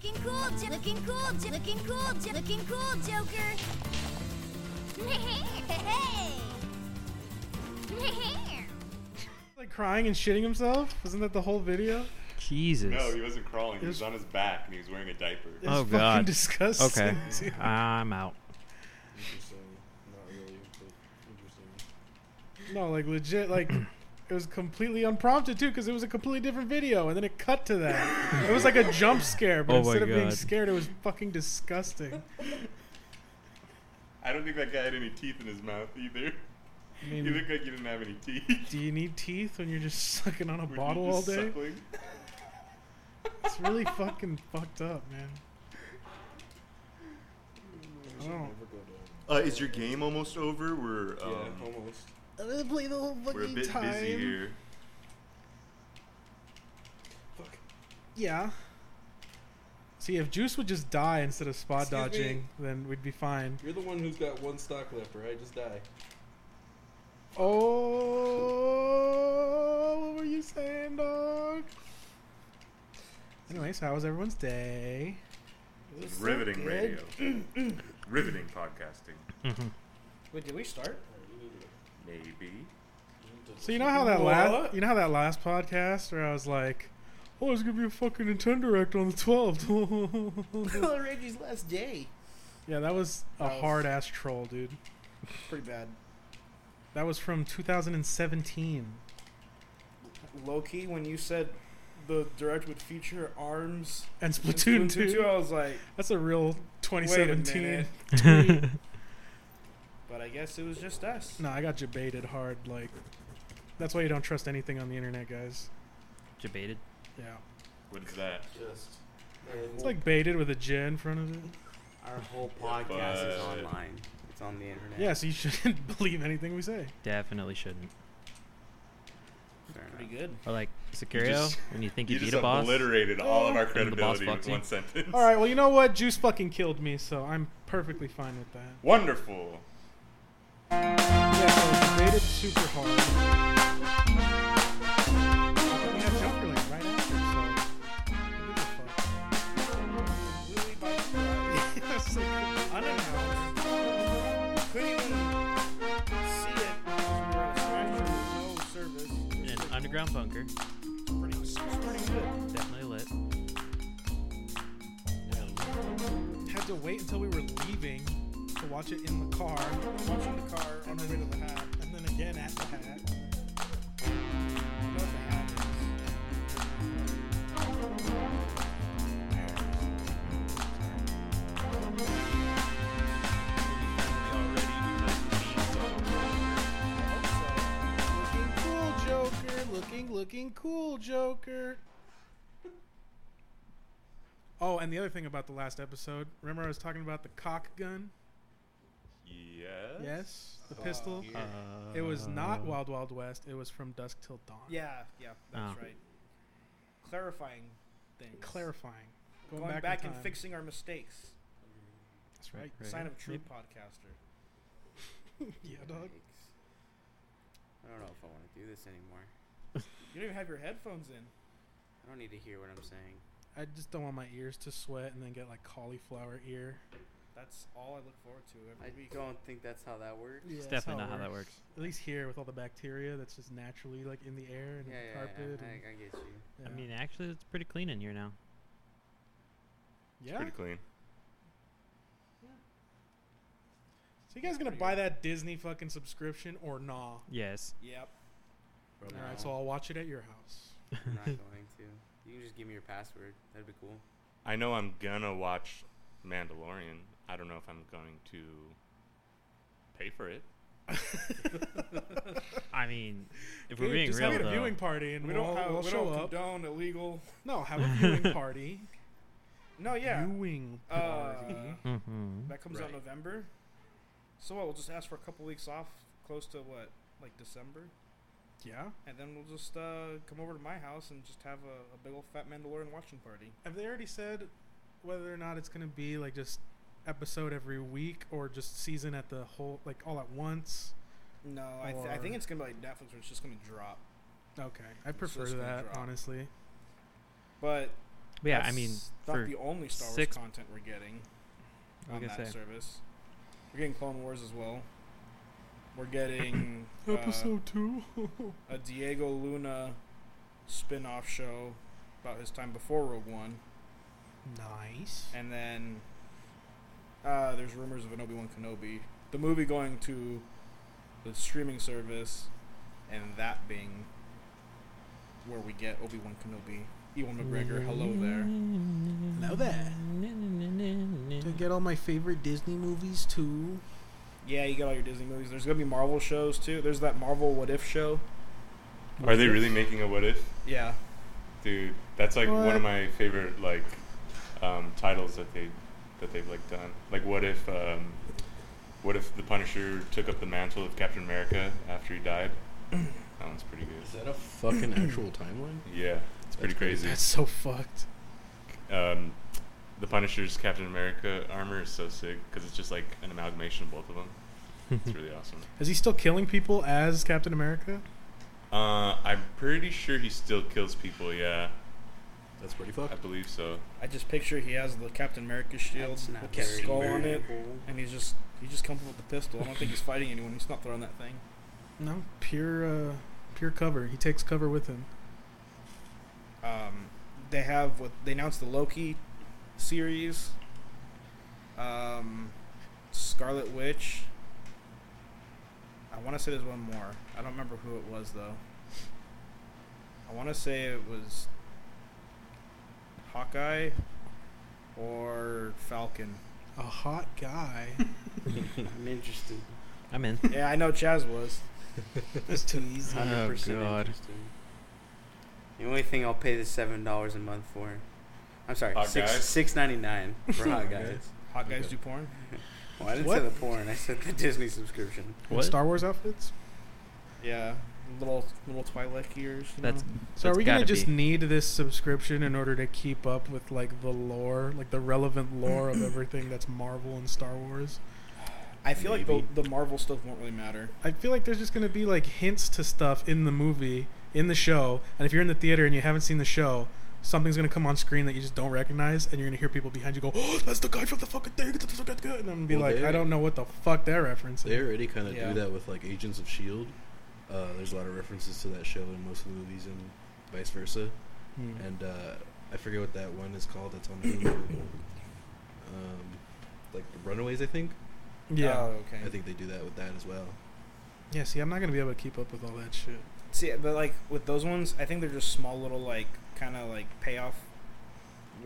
cool, jo- looking cool, jo- looking cool, jo- looking cool, Joker. Like crying and shitting himself? Wasn't that the whole video? Jesus. No, he wasn't crawling. He was on his back and he was wearing a diaper. It's Oh, fucking God. disgusting. okay, dude. I'm out. Interesting. Not really, but interesting. No, like legit, like it was completely unprompted too, because it was a completely different video, and then it cut to that. It was like a jump scare, but Oh my instead of being God. scared, it was fucking disgusting. I don't think that guy had any teeth in his mouth either. I You mean, look like you didn't have any teeth. do you need teeth when you're just sucking on a Were you bottle all just day? suckling? It's really fucking fucked up, man. I don't. Never go down. Uh, is your game almost over? We're Yeah, um, almost. I'm gonna play the whole we're a fucking bit busy here. Fuck. Yeah. See, if Juice would just die instead of spot Excuse me? dodging, then we'd be fine. You're the one who's got one stock left, right? Just die. Oh, what were you saying, dog? Anyways, how was everyone's day? This is so Riveting good. radio. Riveting podcasting. Wait, did we start? Maybe. So you know how that What? last you know how that last podcast where I was like, "Oh, there's gonna be a fucking Nintendo Act on the 12th. Reggie's last day. yeah, that was a That was- hard ass troll, dude. Pretty bad. That was from 2017. Low key, when you said the direct would feature arms And and Splatoon 2. I was like, That's a real Wait a 2017. minute. but I guess it was just us. No, I got debated hard. Like, that's why you don't trust anything on the internet, guys. Debated. Yeah. What is that? Just. It's like baited with a J in front of it. Our whole podcast is but- online. It's on the internet. Yeah, so you shouldn't believe anything we say. Definitely shouldn't. Fair enough. Pretty good. Or like Sicario, just- when you think you, You beat just a boss. obliterated all of our And the boss credibility fucks with you. one sentence. All right, well, you know what? Juice fucking killed me, so I'm perfectly fine with that. Wonderful. Yeah, so debated super hard. We had Joker like right after, so. Completely by surprise. who the fuck? It's like, Unannounced. Couldn't even see it. 'cause we were on Spectrum, no Oh, service. In an underground bunker. Pretty, it's pretty good. Definitely lit. had to wait until we were leaving to watch it in the car, Watching the car on and our way to then, the hat. and then again at the hat. You know what the hat is. Looking cool, Joker. Looking, looking cool, Joker. Oh, and the other thing about the last episode, remember I was talking about the cock gun? Yes. Yes, the pistol. Oh, yeah. Uh, It was not Wild Wild West. It was from dusk till dawn. Yeah, yeah, that's Oh. right. Clarifying things. clarifying, Going, back, in and time. fixing our mistakes. That's right. right. Sign of a true Yep. podcaster. yeah, dog. Yikes. I don't know if I want to do this anymore. You don't even have your headphones in. I don't need to hear what I'm saying. I just don't want my ears to sweat and then get like cauliflower ear. That's all I look forward to I every week. don't think that's how that works. Yeah, It's definitely not how that works. At least here with all the bacteria that's just naturally like in the air and Yeah, in yeah, the carpet. yeah. I, and- I get you. yeah. I mean, actually, it's pretty clean in here now. yeah. Pretty clean. So you guys gonna Pretty buy that Disney fucking subscription or nah? Yes. Yep. Probably All not. right, so I'll watch it at your house. I'm not going to. You can just give me your password. That'd be cool. I know I'm gonna watch Mandalorian. I don't know if I'm going to pay for it. I mean, if we're Dude, being just real, have though, a viewing party and We we'll, don't have. we'll we show don't up. condone illegal. No, have a viewing party. No, yeah. Viewing Uh, party. Mhm. that comes out Right. November. So what? We'll just ask for a couple weeks off, close to what, like December, yeah. and then we'll just uh, come over to my house and just have a, a big old fat Mandalorian watching party. Have they already said whether or not it's gonna be like just episode every week or just season at the whole like all at once? No, I, th- I Or- think it's gonna be like Netflix, where it's just gonna drop. Okay, I It's prefer just gonna that drop. honestly. But But yeah, I mean, That's for not the only Star Wars six- content we're getting on Like I that said. service. We're getting Clone Wars as well. We're getting uh, Episode two. a Diego Luna spin-off show about his time before Rogue One, nice. and then uh, there's rumors of an Obi Wan Kenobi, the movie going to the streaming service, and that being where we get Obi Wan Kenobi, Ewan McGregor. Hello there. Hello there. To get all my favorite Disney movies too. Yeah, you got all your Disney movies. There's gonna be Marvel shows too. There's that Marvel What If show. Are they really making a what if? Yeah. Dude, that's like one What? of my favorite like um, titles that they that they've like done. Like what if um, what if the Punisher took up the mantle of Captain America after he died? That one's pretty Is good. that a fucking actual timeline? Yeah, it's pretty crazy. That's so fucked. Um, the Punisher's Captain America armor is so sick because it's just like an amalgamation of both of them. It's really awesome. Is he still killing people as Captain America? Uh, I'm pretty sure he still kills people. Yeah, That's pretty I fucked. believe so. I just picture he has the Captain America shield That's not with the very skull on it, cool. and he's just he just comes up with the pistol. I don't think he's fighting anyone. He's not throwing that thing. No, pure, uh, pure cover. He takes cover with him. Um, they have what they announced the Loki series. Um, Scarlet Witch. I want to say there's one more. I don't remember who it was though. I want to say it was Hawkeye or Falcon. A hot guy. I'm interested. I'm in. yeah, I know Chaz was. That's too easy. 100% Oh, God. interested. The only thing I'll pay the seven dollars a month for. I'm sorry, Hot six guys? six ninety nine for hot Okay. guys. Hot guys Okay. do porn. Well, I didn't What? say the porn. I said the Disney subscription. What? Star Wars outfits. Yeah, little little Twilight ears. You That's know? So That's are we gonna gotta just be. need this subscription in order to keep up with like the lore, like the relevant lore of everything that's Marvel and Star Wars? I feel like Maybe. the the Marvel stuff won't really matter. I feel like there's just gonna be like hints to stuff in the movie, in the show, and if you're in the theater and you haven't seen the show, something's gonna come on screen that you just don't recognize, and you're gonna hear people behind you go, "Oh, that's the guy from the fucking thing," and I'm gonna be Well, like, they- "I don't know what the fuck they're referencing." They already kind of Yeah. do that with like Agents of Shield. Uh, there's a lot of references to that show in most of the movies and vice versa. Hmm. And uh, I forget what that one is called. That's on Hulu. um, like the Runaways, I think. Yeah, Oh, okay. I think they do that with that as well. yeah. See, I'm not gonna be able to keep up with all that shit. See, but like with those ones, I think they're just small little like kind of like payoff,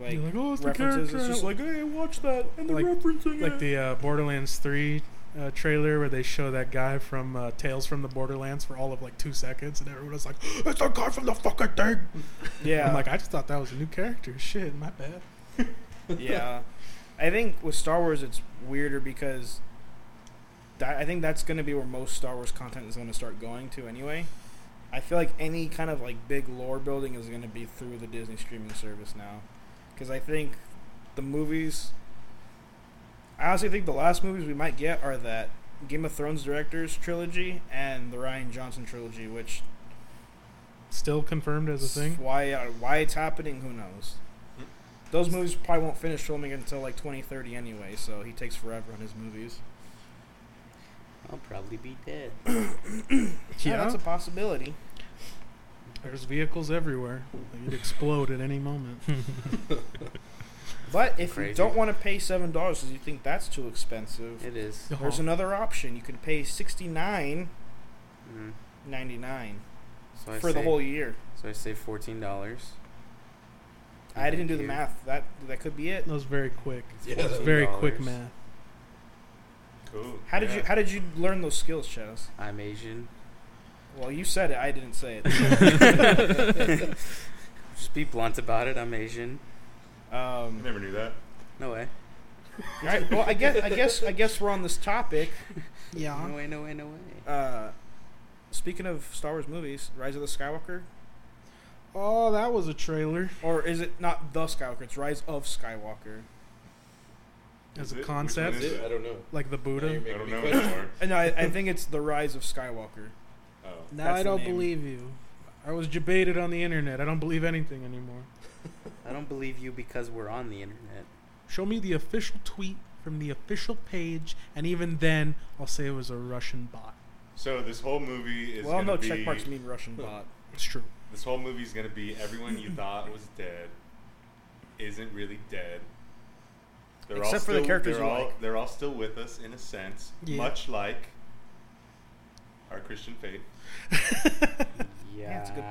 like You're like, "Oh, it's the references, character," it's just like, hey, watch that, and Like- referencing like the uh, Borderlands Three uh, trailer where they show that guy from uh, Tales from the Borderlands for all of like two seconds, and everyone was like, "It's a guy from the fucking thing." yeah, I'm like, I just thought that was a new character. Shit, my bad. yeah. I think with Star Wars, it's weirder because that, I think that's going to be where most Star Wars content is going to start going to anyway. I feel like any kind of like big lore building is going to be through the Disney streaming service now, because I think the movies. I honestly think the last movies we might get are that Game of Thrones directors trilogy and the Ryan Johnson trilogy, which Still confirmed as a thing. why uh, why it's happening? Who knows? Hmm. Those movies probably won't finish filming until like 2030 anyway, so he takes forever on his movies. I'll probably be dead. Yeah, Yeah, that's a possibility. there's vehicles everywhere. Like, You'd explode at any moment. But if Crazy. you don't want to pay seven dollars because you think that's too expensive, It is. there's another option. You can pay sixty nine Mm. ninety nine So I for the save- whole year. So I saved fourteen dollars. I didn't do the math. That that could be it. That was very quick. Yeah, that was Very quick $14. math. Cool. How did you How did you learn those skills, Chaz? I'm Asian. Well, you said it. I didn't say it. Just be blunt about it. I'm Asian. I Um, never knew that. No way. all right. Well, I guess I guess I guess we're on this topic. No way. No way. No way. Uh, speaking of Star Wars movies, Rise of the Skywalker, Oh, that was a trailer. or is it not the Skywalker? It's Rise of Skywalker. As Is a it? Which one concept, is it? I don't know. like the Buddha. I don't know anymore. Uh, No, I, I think it's the Rise of Skywalker. Oh. No, That's I the don't name. believe you. I was debated on the internet. I don't believe anything anymore. I don't believe you because we're on the internet. Show me the official tweet from the official page, and even then, I'll say it was a Russian bot. So this whole movie is well, gonna no, be check marks mean Russian bot. It's true. this whole movie is gonna be everyone you thought was dead isn't really dead. They're all Except for the still- characters they're you all, like. They're all still with us in a sense, Yeah. much like our Christian faith. Yeah, that's a good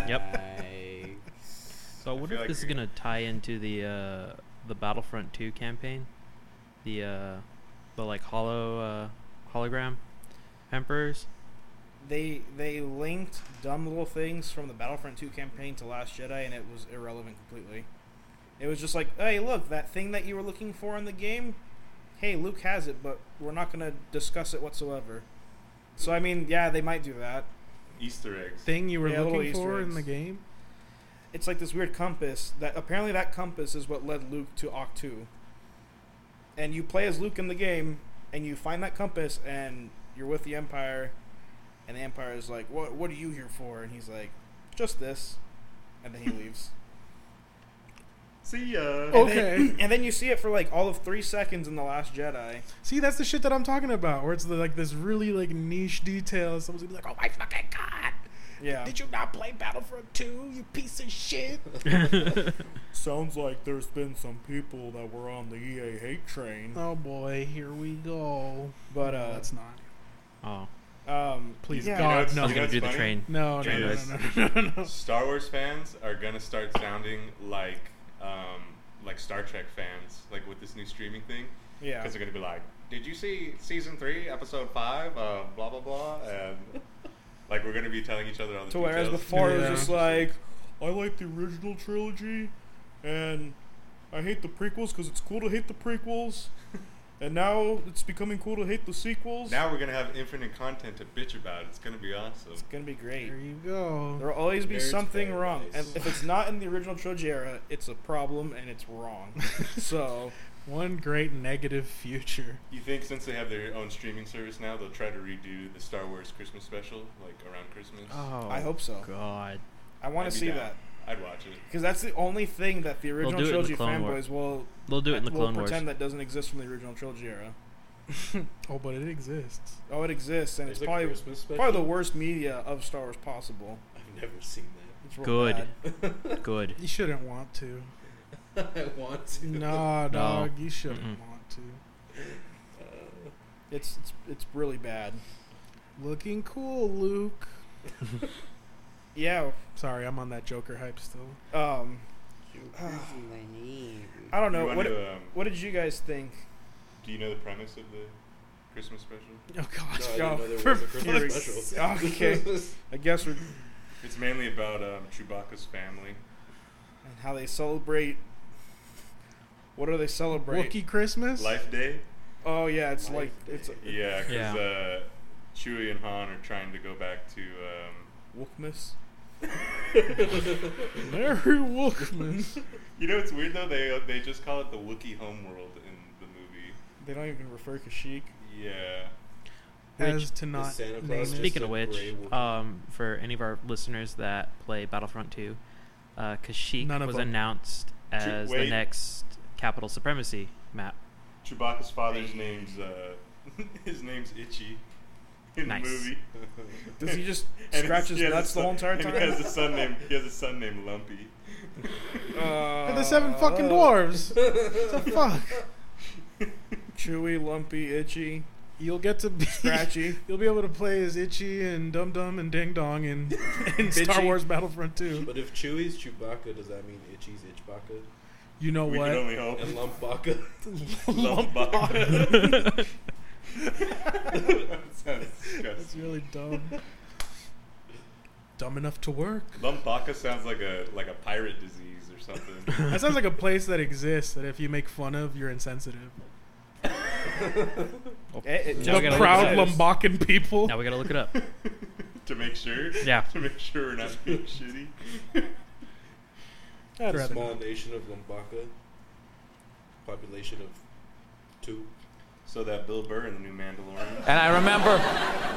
point. Yep. So I wonder feel if like this is you're- gonna tie into the uh, the Battlefront 2 campaign, the uh, the like hollow uh, hologram emperors. They they linked dumb little things from the Battlefront 2 campaign to Last Jedi, and it was irrelevant completely. It was just like, hey, look, that thing that you were looking for in the game. Hey, Luke has it, but we're not gonna discuss it whatsoever. So I mean, yeah, they might do that. Easter eggs. Thing you were Yeah, little looking Easter for in eggs. the game? It's like this weird compass that apparently that compass is what led Luke to Octu. And you play as Luke in the game, and you find that compass, and you're with the Empire, and the Empire is like, "What? What are you here for?" And he's like, "Just this," and then he leaves. See ya. Oh. And then- Okay. and then you see it for like all of three seconds in the Last Jedi. See, that's the shit that I'm talking about, where it's the, like this really like niche detail. Someone's gonna be like, "Oh my fucking god, Yeah. did you not play Battlefront 2? You piece of shit." Sounds like there's been some people that were on the EA hate train. oh boy, here we go. But No, uh, that's not. Oh, um, Please yeah. God, it's- no. I was you know gonna it's do the funny? train. No, no, no, Jesus. no, no, no, no. Star Wars fans are gonna start sounding like um, like Star Trek fans, like with this new streaming thing, yeah. because they're gonna be like, "Did you see season three, episode five, uh, blah blah blah," and like we're gonna be telling each other all the To whereas details. before it was Yeah. just like, I like the original trilogy, and I hate the prequels because it's cool to hate the prequels, and now it's becoming cool to hate the sequels. Now we're gonna have infinite content to bitch about. It's gonna be awesome. it's gonna be great. There you go. There will always be Nerd's something wrong, and paradise. if it's not in the original trilogy era, it's a problem and it's wrong. so One great negative future. You think since they have their own streaming service now, they'll try to redo the Star Wars Christmas special like around Christmas? Oh, I hope so. God. I want I'd to be see down. that I'd watch it. because that's the only thing that the original do it in the trilogy Clone War. fanboys will They'll do it in the will Clone Wars. pretend that doesn't exist from the original trilogy era. Oh, but it exists. Oh, it exists, and There's it's a probably Christmas special. probably the worst media of Star Wars possible. I've never seen It's real Good. bad. Good. You shouldn't want to. that. I want to. No, dog, you shouldn't Mm-mm. want to. It's it's it's really bad. Looking cool, Luke. Yeah. Sorry, I'm on that Joker hype still. Um. I don't know. You What wanna, um, what did you guys think? do you know the premise of the Christmas special? Oh No, I gosh, didn't go. know there was For a Christmas fuck's special. sake. I guess we're It's mainly about um, Chewbacca's family. and how they celebrate. What do they celebrate? Wookie Christmas. Life Day? Oh yeah, it's Life like it's Day. Yeah, because Yeah. uh, Chewie and Han are trying to go back to. Um, Wookmas. Merry Wookmas. you know, it's weird though. They uh, they just call it the Wookiee homeworld in the movie. They don't even refer Kashyyyk. Yeah. As to not Santa name Claus it. just- Speaking a of which, gray wolf. um, for any of our listeners that play Battlefront 2, uh, Kashyyyk None of was them. announced as the wait. next Capital Supremacy map. Chewbacca's father's name's uh, his name's Itchy in Nice. the movie. Does he just And scratch he his has a nuts the son- whole entire and time? He has a son named he has a son named Lumpy. Uh, They're the seven fucking Oh. dwarves. what the fuck? oh, Chewy, lumpy, itchy, You'll get to be. scratchy. You'll be able to play as Itchy and Dum Dum and Ding Dong in, in Star Bitchy. Wars Battlefront 2. But if Chewie's Chewbacca, does that mean Itchy's Itchbaka? You know We can what? only hope. And Lumpbaka? Lumpbaka. that sounds That's disgusting. really dumb. dumb enough to work. Lumpbaka sounds like a like a pirate disease or something. That sounds like a place that exists that if you make fun of, you're insensitive. Eh, it Now we just- gotta the look proud it up. Lumbakan people. Now we gotta look it up. to make sure. Yeah. To make sure we're not being shitty. I'd rather small not. nation of Lumbaka. Population of two. So that Bill Burr in the new Mandalorian. And I remember,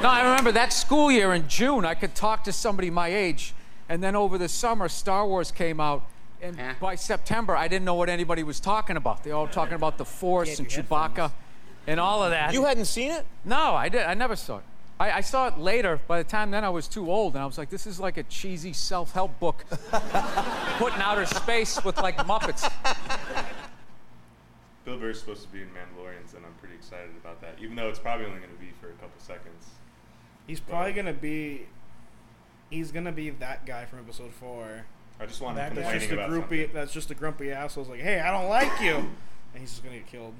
no, I remember that school year in June, I could talk to somebody my age And then over the summer, Star Wars came out, and Huh? by September, I didn't know what anybody was talking about. They all talking about the Force and your Chewbacca, and all of that. You hadn't seen it? No, I did. I never saw it. I, I saw it later. By the time then, I was too old, and I was like, "This is like a cheesy self-help book put in outer space with like Muppets." Bill Burr's supposed to be in Mandalorians, and I'm pretty excited about that. Even though it's probably only going to be for a couple seconds. He's probably gonna be. He's gonna be that guy from episode four. I just want him That, that's complaining just a about groupy. something. That's just a grumpy asshole's like, hey, I don't like you, and he's just gonna get killed.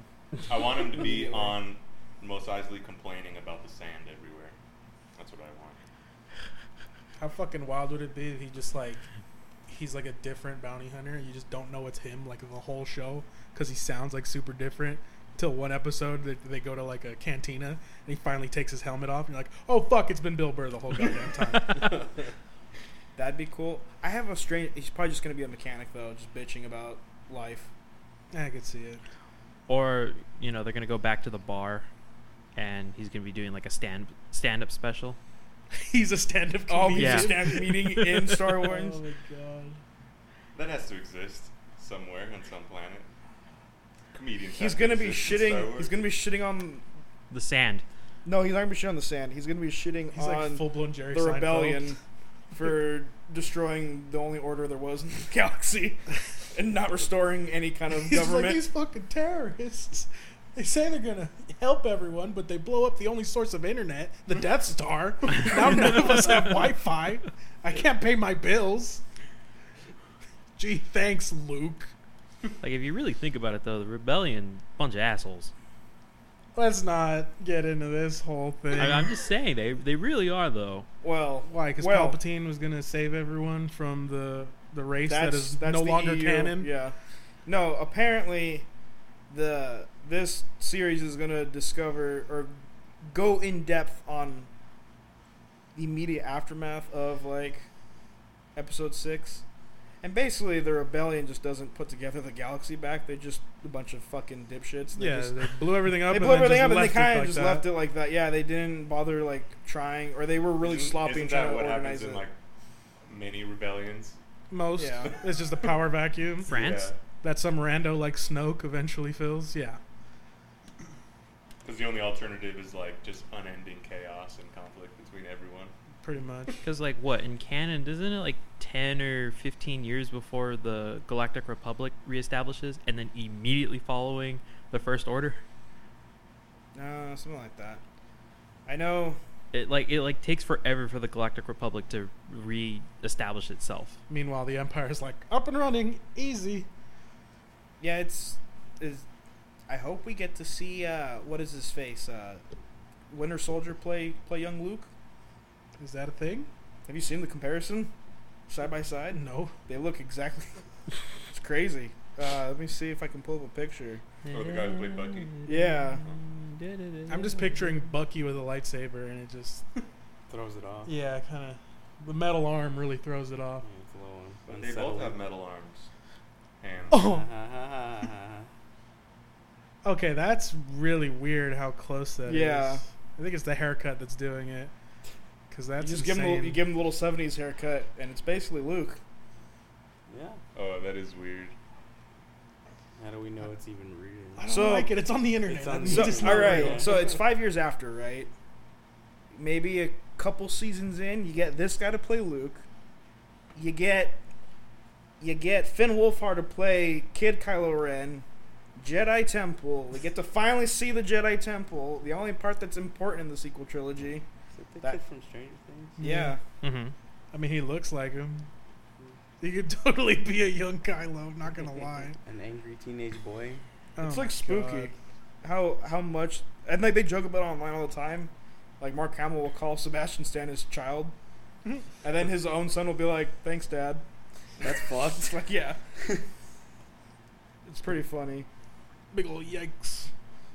I want him to be on most Eisley complaining about the sand everywhere. That's what I want. How fucking wild would it be if he just like he's like a different bounty hunter? You just don't know it's him like the whole show because he sounds like super different. Till one episode they, they go to like a cantina and he finally takes his helmet off and you're like, oh fuck, it's been Bill Burr the whole goddamn time. That'd be cool. I have a strange. He's probably just gonna be a mechanic though, just bitching about life. I could see it. Or you know they're gonna go back to the bar, and he's gonna be doing like a stand stand up special. He's a stand-up Oh, comedian. Yeah. he's just at meeting in Star Wars. Oh my god. That has to exist somewhere on some planet. Comedians. have He's to gonna be exist in Star shitting. Wars. He's gonna be shitting on. The sand. No, he's not gonna be shitting on the sand. He's gonna be shitting He's on like full-blown Jerry the Seinfeld. rebellion for destroying the only order there was in the galaxy and not restoring any kind of He's just like government. these fucking terrorists. They say they're gonna help everyone, but they blow up the only source of internet, the Death Star. now none of us have Wi-Fi. I can't pay my bills. Gee, thanks, Luke. Like if you really think about it though, the rebellion bunch of assholes. Let's not get into this whole thing. I, I'm just saying they they really are though. well, Why? Because well, Palpatine was gonna save everyone from the the race that that's, is that's no the longer EU. canon. Yeah. No, apparently the this series is going to discover or go in depth on the immediate aftermath of like episode 6. And basically the rebellion just doesn't put together the galaxy back. They're just a bunch of fucking dipshits. They Yeah, just- they blew everything up. They and blew then everything just up and they left it kind of like just that. left it like that. Yeah, they didn't bother like trying, or they were really Isn't- sloppy isn't in trying that to what happens organize in it. like many rebellions? Most. Yeah. It's just a power vacuum. France. that some rando like Snoke eventually fills. Yeah, Because the only alternative is like just unending chaos and conflict between everyone. pretty much. Because like what in canon doesn't it like ten or fifteen years before the Galactic Republic reestablishes, and then immediately following the First Order, No, Uh, something like that. I know. it like it like takes forever for the Galactic Republic to reestablish itself. Meanwhile, the Empire's like up and running, easy. Yeah, it's is. I hope we get to see uh, what is his face, uh, Winter Soldier play play young Luke. Is that a thing? Have you seen the comparison, side by side? No. They look exactly. it's crazy. Uh, let me see if I can pull up a picture. Or Oh, the guy who played Bucky. Yeah. I'm just picturing Bucky with a lightsaber, and it just Throws it off. yeah, kind of the metal arm really throws it off. It's a little But they both unsettling. have metal arms. And Oh, Ah, okay, that's really weird. How close that is. Yeah. I think it's the haircut that's doing it. Cause that's you just give insane. him a little- you give him a little '70s haircut, and it's basically Luke. yeah. oh, that is weird. How do we know it's even real? I don't So- like it. It's on the internet. It's on It's So, the just internet. not all right, real. so it's five years after, right? Maybe a couple seasons in, you get this guy to play Luke. You get you get Finn Wolfhard to play Kid Kylo Ren. Jedi Temple. We get to finally see the Jedi Temple, the only part that's important in the sequel trilogy. Is it the That- kid from Stranger Things? Yeah. Mm-hmm. I mean, he looks like him. He could totally be a young Kylo. I'm not gonna lie. An angry teenage boy. It's Oh my like spooky. God. How how much and like they joke about it online all the time. Like Mark Hamill will call Sebastian Stan his child. and then his own son will be like, Thanks, Dad. That's fucked. It's like, yeah. it's pretty funny. Big ol' yikes.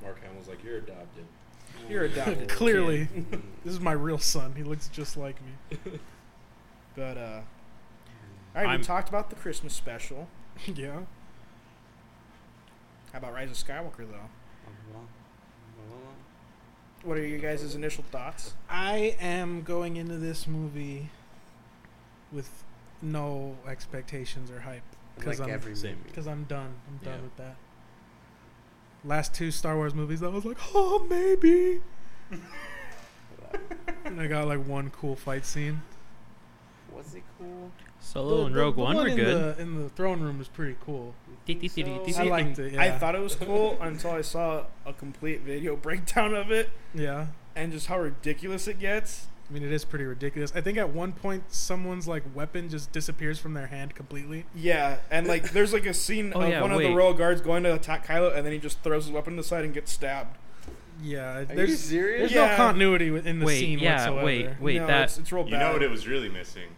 Mark Hamill's like, you're adopted. You're adopted. Clearly, this is my real son. He looks just like me. But, uh. Alright, I'm- we talked about the Christmas special. yeah. How about Rise of Skywalker, though? What are your guys' initial thoughts? I am going into this movie with no expectations or hype because Like I'm every same. movie. because I'm done. I'm done Yeah. with that. Last two Star Wars movies, I was like, oh maybe. and I got like one cool fight scene. Was it cool? Solo The- and the- Rogue the One were in good. The, in the throne room was pretty cool. Dee- dee- dee- dee- dee- I dee- liked it. Yeah. I thought it was cool until I saw a complete video breakdown of it yeah. and just how ridiculous it gets. I mean, it is pretty ridiculous. I think at one point someone's like weapon just disappears from their hand completely. Yeah, and like there's like a scene Oh, of yeah, one of wait. the royal guards going to attack Kylo, and then he just throws his weapon aside and gets stabbed. Yeah, Are you there's serious? there's no Yeah. continuity within the Wait, scene yeah, whatsoever. wait, wait, no, that it's, it's real Oh, bad. You know what it was really missing?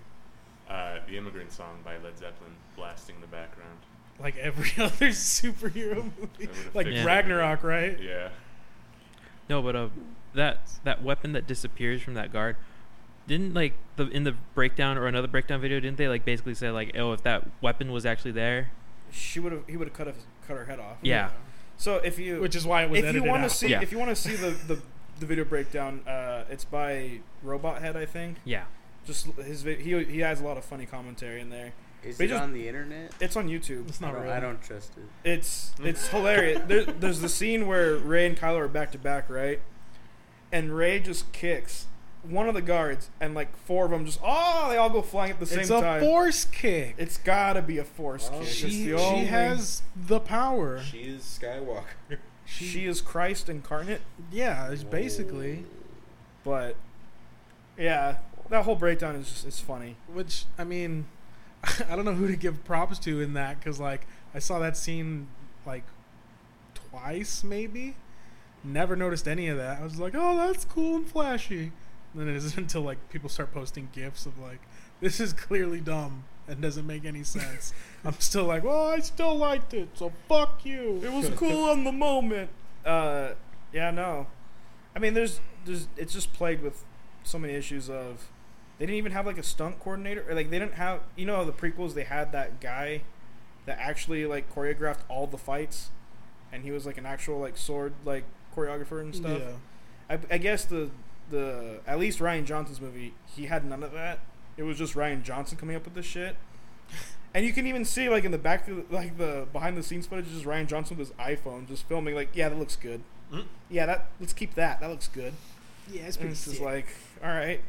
Uh, the Immigrant Song by Led Zeppelin blasting in the background. Like every other superhero movie, would've like fixed it. Ragnarok, right? Yeah. No, but uh, that that weapon that disappears from that guard, didn't like the in the breakdown or another breakdown video, didn't they like basically say like, oh, if that weapon was actually there, She would have. He would have cut, his- cut her head off. yeah, So if you Which is why it was if you edited want to out. see Yeah. if you want to see the, the the video breakdown, uh, it's by Robot Head, I think. yeah, Just his vi- he he has a lot of funny commentary in there. Is They it just- on the internet? It's on YouTube. it's I not don't, real. I don't trust it. It's it's hilarious. There, there's the scene where Ray and Kylo are back to back, right? And Ray just kicks one of the guards, and like four of them just oh, they all go flying at the same it's a time. force kick. it's gotta be a force Oh, kick. shit. It's she the she only- has the power. She is Skywalker. she is Christ incarnate, Yeah, it's basically. Oh, but yeah, that whole breakdown is just it's funny. Which I mean, I don't know who to give props to in that because like I saw that scene like twice maybe. Never noticed any of that. I was like, oh, that's cool and flashy. And then it isn't until like people start posting gifs of like, this is clearly dumb and doesn't make any sense. I'm still like, well, I still liked it, so fuck you. It was cool on the moment. Uh, yeah, no. I mean, there's, there's, it's just plagued with so many issues of they didn't even have like a stunt coordinator or like they didn't have you know the prequels they had that guy that actually like choreographed all the fights and he was like an actual like sword like choreographer and stuff. Yeah. I, I guess the the at least Ryan Johnson's movie he had none of that. It was just Ryan Johnson coming up with this shit. And you can even see like in the back of the, like the behind the scenes footage is just Ryan Johnson with his iPhone just filming like yeah that looks good. Mm. Yeah that let's keep that that looks good. Yeah, it's And pretty it's just like all right,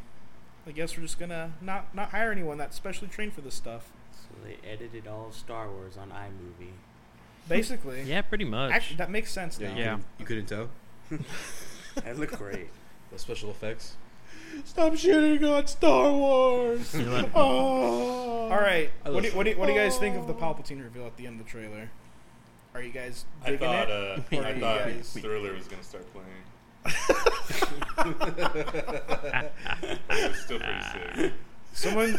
I guess we're just gonna not not hire anyone that's specially trained for this stuff. So they edited all of Star Wars on iMovie. Basically, yeah, pretty much. Act- that makes sense now. you Yeah. couldn't- You couldn't tell It looked great. the special effects. Stop shooting on Star Wars. You know what? oh. All right, I what do, love- what, do, what do you guys think of the Oh. Palpatine reveal at the end of the trailer? Are you guys I digging thought it? uh, Or I you thought guys- Thriller was gonna start playing. but it was still pretty sick. Someone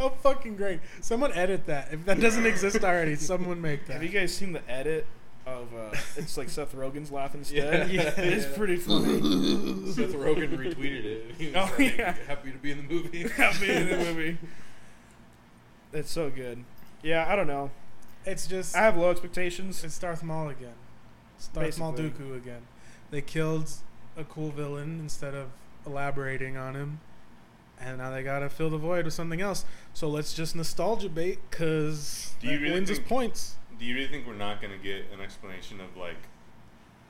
Oh, fucking great. Someone edit that. If that doesn't exist already, someone make that. Have you guys seen the edit of uh, it's like Seth Rogen's laugh instead? Yeah. Yeah. It's pretty funny. Seth Rogen retweeted it. He was Oh, like, yeah. happy to be in the movie. Got me in the movie. It's so good. Yeah, I don't know. It's just. I have low expectations. It's Darth Maul again. It's Darth Maul Basically. Dooku again. They killed a cool villain instead of elaborating on him. And now they gotta fill the void with something else. So let's just nostalgia bait, because Do you really wins us think- points. Do you really think we're not gonna get an explanation of like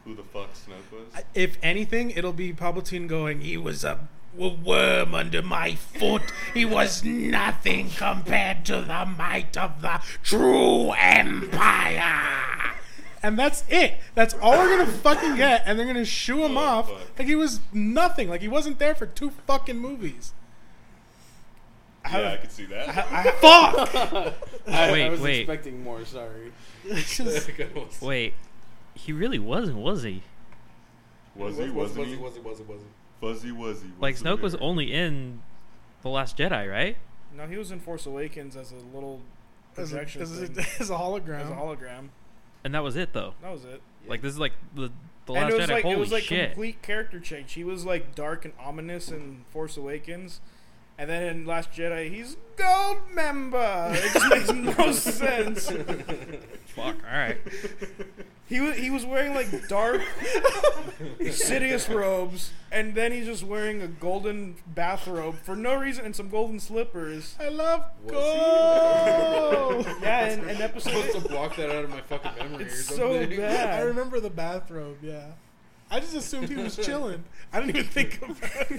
who the fuck Snoke was? I- If anything, it'll be Palpatine going, he was a w- worm under my foot. He was nothing compared to the might of the true empire. And that's it. That's all we're gonna fucking get, and they're gonna shoo him Oh, off fuck. like he was nothing, like he wasn't there for two fucking movies. yeah, I could see that. Fuck! I, Wait, was wait. expecting more, sorry. It's just- Wait, he really wasn't, was he? was he? Wasn't he? Was he? Was he? Was he? Fuzzy was he? Like What's the Snoke was lyric? only in the Last Jedi, right? No, he was in Force Awakens as a little As a, projection as a- thing, as a hologram. as a hologram. And that was it though. That was it. Like this is like the the and Last it was Jedi. like Holy it was like shit! complete character change. He was like dark and ominous in Force Awakens, and then in Last Jedi he's gold member. It just makes no sense. Fuck. All right. He was he was wearing like dark, sidious robes, and then he's just wearing a golden bathrobe for no reason and some golden slippers. I love Was gold. Yeah, and, and supposed to episode. block that out of my fucking memory It's or so something. bad. I remember the bathrobe. Yeah, I just assumed he was chilling. I didn't even think about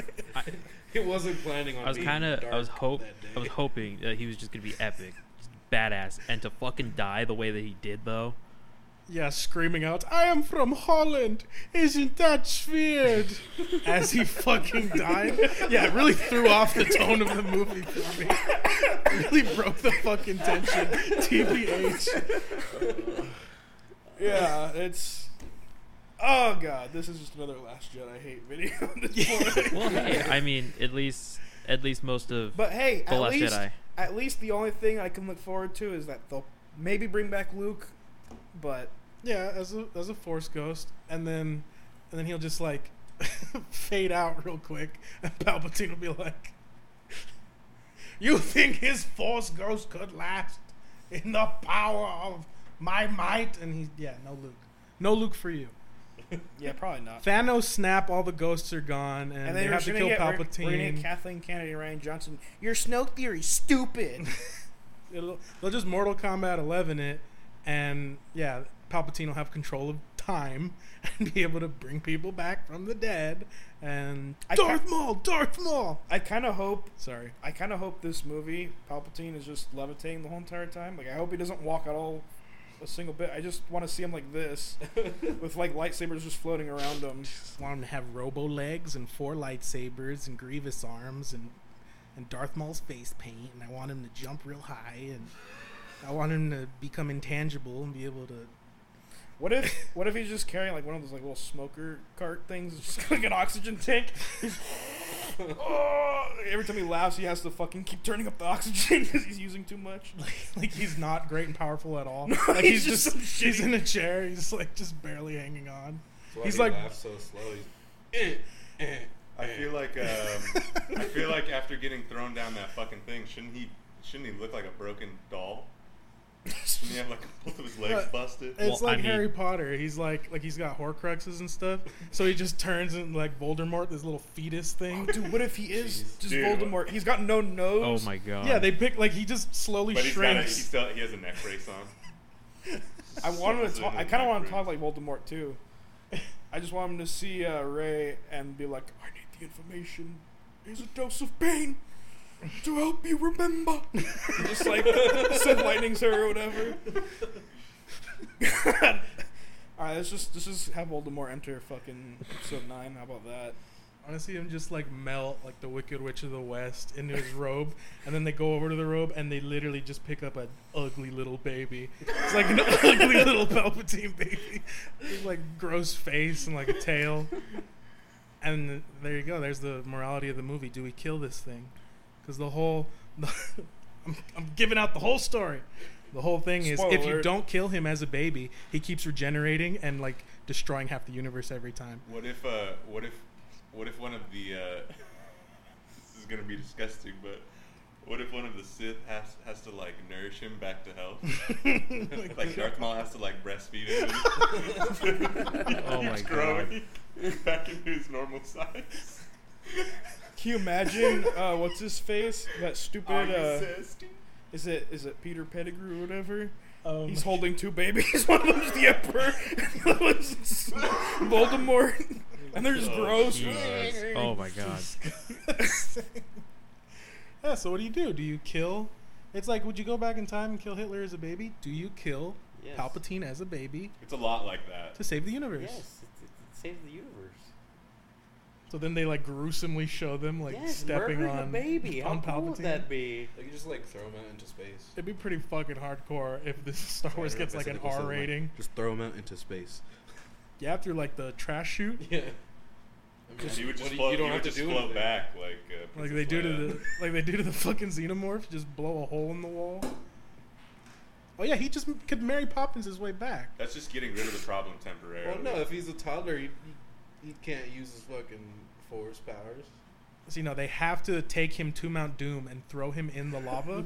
it. It wasn't planning on. I was being kind of, I dark was hope, that day. I was hoping that he was just gonna be epic, just badass, and to fucking die the way that he did though. Yeah, screaming out, "I am from Holland! Isn't that weird?" As he fucking died. Yeah, it really threw off the tone of the movie for me. really broke the fucking tension. TBH. Yeah, it's. Oh god, this is just another Last Jedi hate video. at this point. Well, hey, I mean, at least, at least most of But hey, the at Last least Jedi. at least the only thing I can look forward to is that they'll maybe bring back Luke, but Yeah, as a as a force ghost, and then and then he'll just like fade out real quick, and Palpatine will be like, "You think his force ghost could last in the power of my might?" And he, yeah, no Luke, no Luke for you. yeah, probably not. Thanos snap, all the ghosts are gone, and, And they then have to we're kill gonna get, we're- Palpatine. We're, gonna get Kathleen Kennedy, Ryan Johnson. Your Snoke theory's stupid. It'll, they'll just Mortal Kombat 11 it, and yeah, Palpatine will have control of time and be able to bring people back from the dead. And I Darth ca- Maul, Darth Maul. I kind of hope. Sorry, I kind of hope this movie Palpatine is just levitating the whole entire time. Like I hope he doesn't walk at all a single bit. I just want to see him like this with like lightsabers just floating around him. I want him to have robo legs and four lightsabers and Grievous arms and and Darth Maul's face paint, and I want him to jump real high, and I want him to become intangible and be able to. What if what if he's just carrying like one of those like little smoker cart things, just like an oxygen tank? He's- oh, every time he laughs, he has to fucking keep turning up the oxygen because he's using too much. Like, like he's not great and powerful at all. No, like he's just some he's shitty- in a chair. He's like just barely hanging on. That's why he's he like- laughs so slow. He's, eh, eh. I feel like um, I feel like after getting thrown down that fucking thing, shouldn't he shouldn't he look like a broken doll? Shouldn't he have like both of his legs But- busted? It's Well, I like mean- Harry Potter. He's like like he's got Horcruxes and stuff. So he just turns into like Voldemort, this little fetus Oh, thing. dude, what if he is Jeez. just Dude, what- Voldemort? He's got no Oh nose. my god. yeah, they pick like he just slowly But he's got a, he shrinks. still he has a neck brace on. I want him to He's talk. in I the kind neck of want brace. to talk like Voldemort too. I just want him to see uh, Ray and be like, "I need the information. Here's a dose of pain to help you remember." just like said, lightning's her or whatever. All right, let's just let's just have Voldemort enter fucking episode nine. How about that? I want to see him just like melt like the Wicked Witch of the West into his robe, and then they go over to the robe and they literally just pick up an ugly little baby. It's like an ugly little Palpatine baby, with, like gross face and like a tail. And there you go. There's the morality of the movie. Do we kill this thing? Because the whole, I'm, I'm giving out the whole story. The whole thing is, Spoiler if you alert. don't kill him as a baby, he keeps regenerating and like destroying half the universe every time. What if uh what if what if one of the uh this is gonna be disgusting, but what if one of the Sith has has to like nourish him back to health? like Darth Maul has to like breastfeed him. Oh He my keeps God. growing back into his normal size. Can you imagine uh, what's his face? That Are stupid. you Uh, zesty? is it is it Peter Pettigrew or whatever? Um, He's holding two babies. One of them's the Emperor, and the other one's Voldemort. And they're just Oh, gross. Jesus. Oh my god. Yeah, so what do you do? Do you kill? It's like, would you go back in time and kill Hitler as a baby? Do you kill Yes. Palpatine as a baby It's a lot like that. to save the universe? Yes, it, it, it saves the universe. So then they like gruesomely show them like yes, stepping murdering on a baby. How on cool Palpatine. would that be? They could just like throw him out into space. It'd be pretty fucking hardcore if this Star I Wars don't know gets if like an that's equal to R the mic. rating. Just throw him out into space. Yeah, through like the trash chute, Yeah. Just, he would just float, he would just float back like uh, like Princess they do to Leia. the like they do to the fucking xenomorph, just blow a hole in the wall. Oh yeah, he just m- could marry Poppins his way back. That's just getting rid of the problem temporarily. Well, no, if he's a toddler, he, he, he can't use his fucking force powers. So, you know, they have to take him to Mount Doom and throw him in the lava,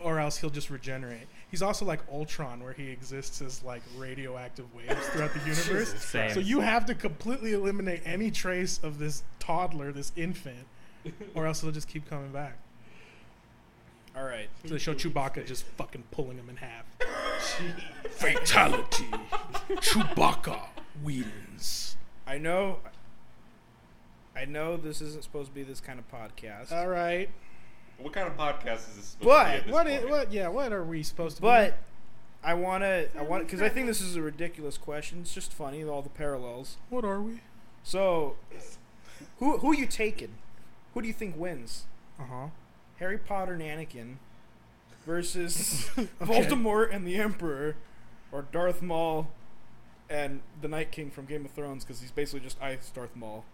or else he'll just regenerate. He's also like Ultron, where he exists as like radioactive waves throughout the universe. Same. So you have to completely eliminate any trace of this toddler, this infant, or else he'll just keep coming back. All right. So they show Chewbacca just fucking pulling him in half. Fatality. Chewbacca wins. I know. I know this isn't supposed to be this kind of podcast, All right. What kind of podcast is this supposed But to be? At this What? point? Is, what? Yeah. What are we supposed to? be but I want to. I want because I think this is a ridiculous question. It's just funny all the parallels. What are we? So, who who you taking? Who do you think wins? Uh huh. Harry Potter and Anakin versus Voldemort and the Emperor, or Darth Maul and the Night King from Game of Thrones because he's basically just Ice Darth Maul.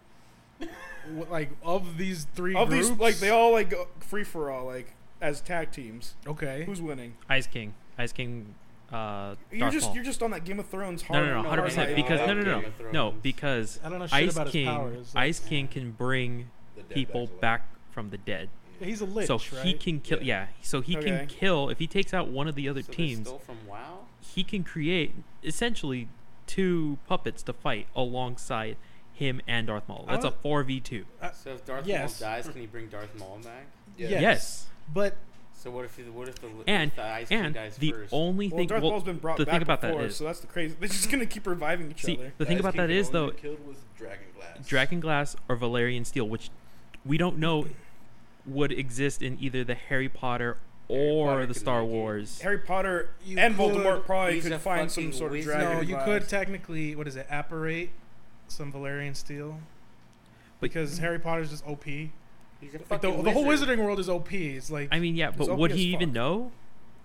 Like of these three Of groups, these, like they all like go free for all, like as tag teams. Okay. Who's winning? Ice King, Ice King, uh, You're Darth just Maul. you're just on that Game of Thrones no, hard. no, no, hard hundred side. percent. Because no, no, no, Game of no, Thrones. because I don't know shit Ice about his King, powers, like- Ice King can bring The dead back people to life. back from the dead. He's a lich, so right? he can kill. Yeah. so he Okay. can kill. If he takes out one of the other So they teams, stole from WoW. he can create essentially two puppets to fight alongside him and Darth Maul. That's a don't- four v two. So if Darth Yes. Maul dies, can he bring Darth Maul back? Yes. Yes. But So what if he, what if the And if the Ice King and dies the first? only Well, thing Darth well, Maul's been brought the back thing about before, that is so that's the crazy. They're just gonna keep reviving each see other. the thing Ice about King that can is only though be Killed with dragon glass. Dragon Glass or Valerian Steel, which we don't know would exist in either the Harry Potter or Potter the could Star make it. Wars. Harry Potter You and could- Voldemort probably He's could a find some fucking sort of wizard. dragon. no, you glass. could technically. What is it? Apparate some Valerian steel. Because Harry Potter's just OP. He's a Like the, fucking the whole wizarding world is OP. It's like, I mean, yeah, but OP would as he even fuck. know?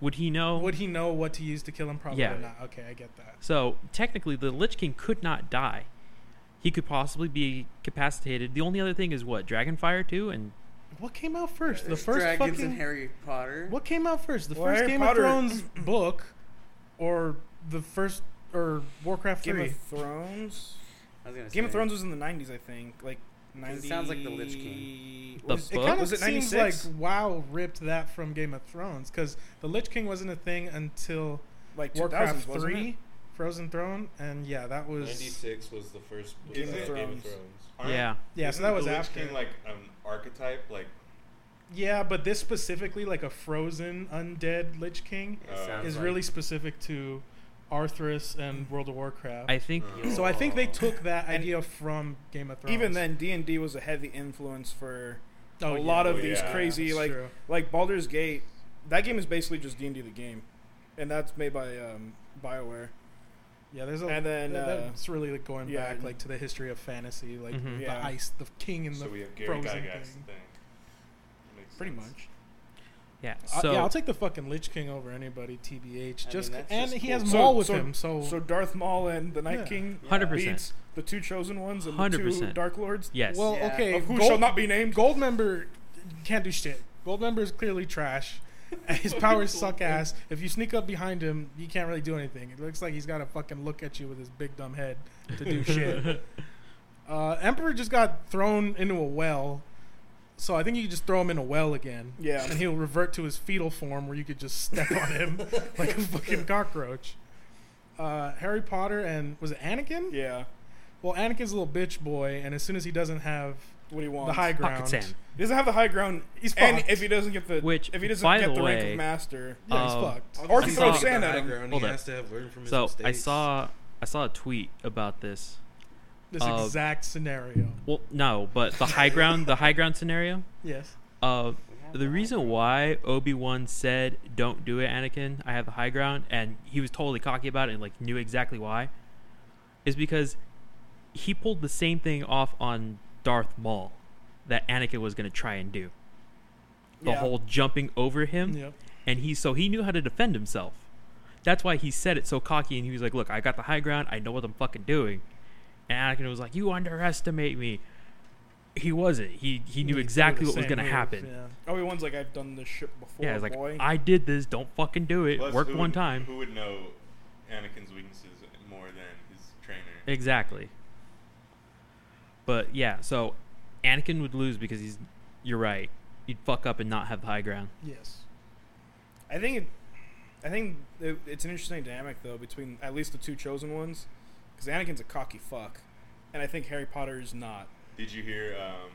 Would he know? would he know what to use to kill him? Probably Yeah. not. Okay, I get that. So technically, the Lich King could not die. He could possibly be capacitated. The only other thing is what Dragonfire too, and What came out first? The There's first dragons fucking. in Harry Potter. What came out first? The Well, first Harry Game Potter- of Thrones book, or the first or Warcraft Game three? of Thrones. I was gonna Game of say. Thrones was in the '90s, I think. Like '90. It sounds like the Lich King. The was, it book? kind of was it seems seems like WoW ripped that from Game of Thrones because the Lich King wasn't a thing until like, like Warcraft 2000s, wasn't three, Frozen Throne, and yeah, that was 96 was the first book Game of of Game of Thrones. Thrones. Aren't- Yeah. Yeah, so isn't that was the Lich after. King like an archetype, like yeah, but this specifically like a frozen undead Lich King It sounds is like- really specific to Arthurus and World of Warcraft. I think so I think they took that And- idea from Game of Thrones. Even then, D and D was a heavy influence for Oh, a yeah. lot of Oh, these yeah. crazy That's like true. like Baldur's Gate. That game is basically just D and D the game, and that's made by um, Bioware. yeah, there's a and then, that- uh, that's really like going yeah, back and- like to the history of fantasy, like Mhm. the Yeah. ice, the king, and so the we have Gary frozen Gygax thing. thing. Makes Pretty sense. much. yeah. I- So Uh, yeah, I'll take the fucking Lich King over anybody, TBH. I Just mean, that's and just he cool. has So- Maul with so- him, so, So Darth Maul and the Night Yeah. King hundred beats percent. the two chosen ones and the two 100%. Dark Lords. Yes. well, Yeah. okay. Of who Gold- shall not be named. Goldmember can't do shit. Goldmember is clearly trash. His powers suck ass. If you sneak up behind him, you can't really do anything. It looks like he's got to fucking look at you with his big dumb head to do shit. Uh, Emperor just got thrown into a well, so I think you could just throw him in a well again. Yeah. and he'll revert to his fetal form where you could just step on him like a fucking cockroach. Uh, Harry Potter and was it Anakin? Yeah. Well, Anakin's a little bitch boy, and as soon as he doesn't have What do you want? the high ground, Pocket Sand. He doesn't have the high ground. He's and fucked. if he doesn't get the Which, if he doesn't by get the the rank way, of master, Yeah, he's Um, fucked. Obviously, Or he he can't throws get sand the at high him. ground, Hold He up. has to have learned from his So I mistakes. saw I saw a tweet about this. This Uh, exact scenario. Well, no, but the high ground the high ground scenario. Yes. Uh, the reason why Obi Wan said "Don't do it, Anakin. I have the high ground," and he was totally cocky about it and like knew exactly why, is because he pulled the same thing off on Darth Maul that Anakin was going to try and do. The Yeah. whole jumping over him, Yep. and he so he knew how to defend himself. That's why he said it so cocky, and he was like, "Look, I got the high ground. I know what I'm fucking doing." And Anakin was like, "You underestimate me." He wasn't. He he knew He exactly threw what the was same going to move, happen. yeah. Obi Wan's like I've done this shit before. Yeah, it's like boy. I did this. Don't fucking do it. Plus, Worked who one would- time. Who would know Anakin's weaknesses more than his trainer? Exactly. But yeah, so Anakin would lose because he's you're right. You'd fuck up and not have the high ground. Yes. I think it, I think it, it's an interesting dynamic though between at least the two chosen ones, because Anakin's a cocky fuck, and I think Harry Potter is not. Did you hear um,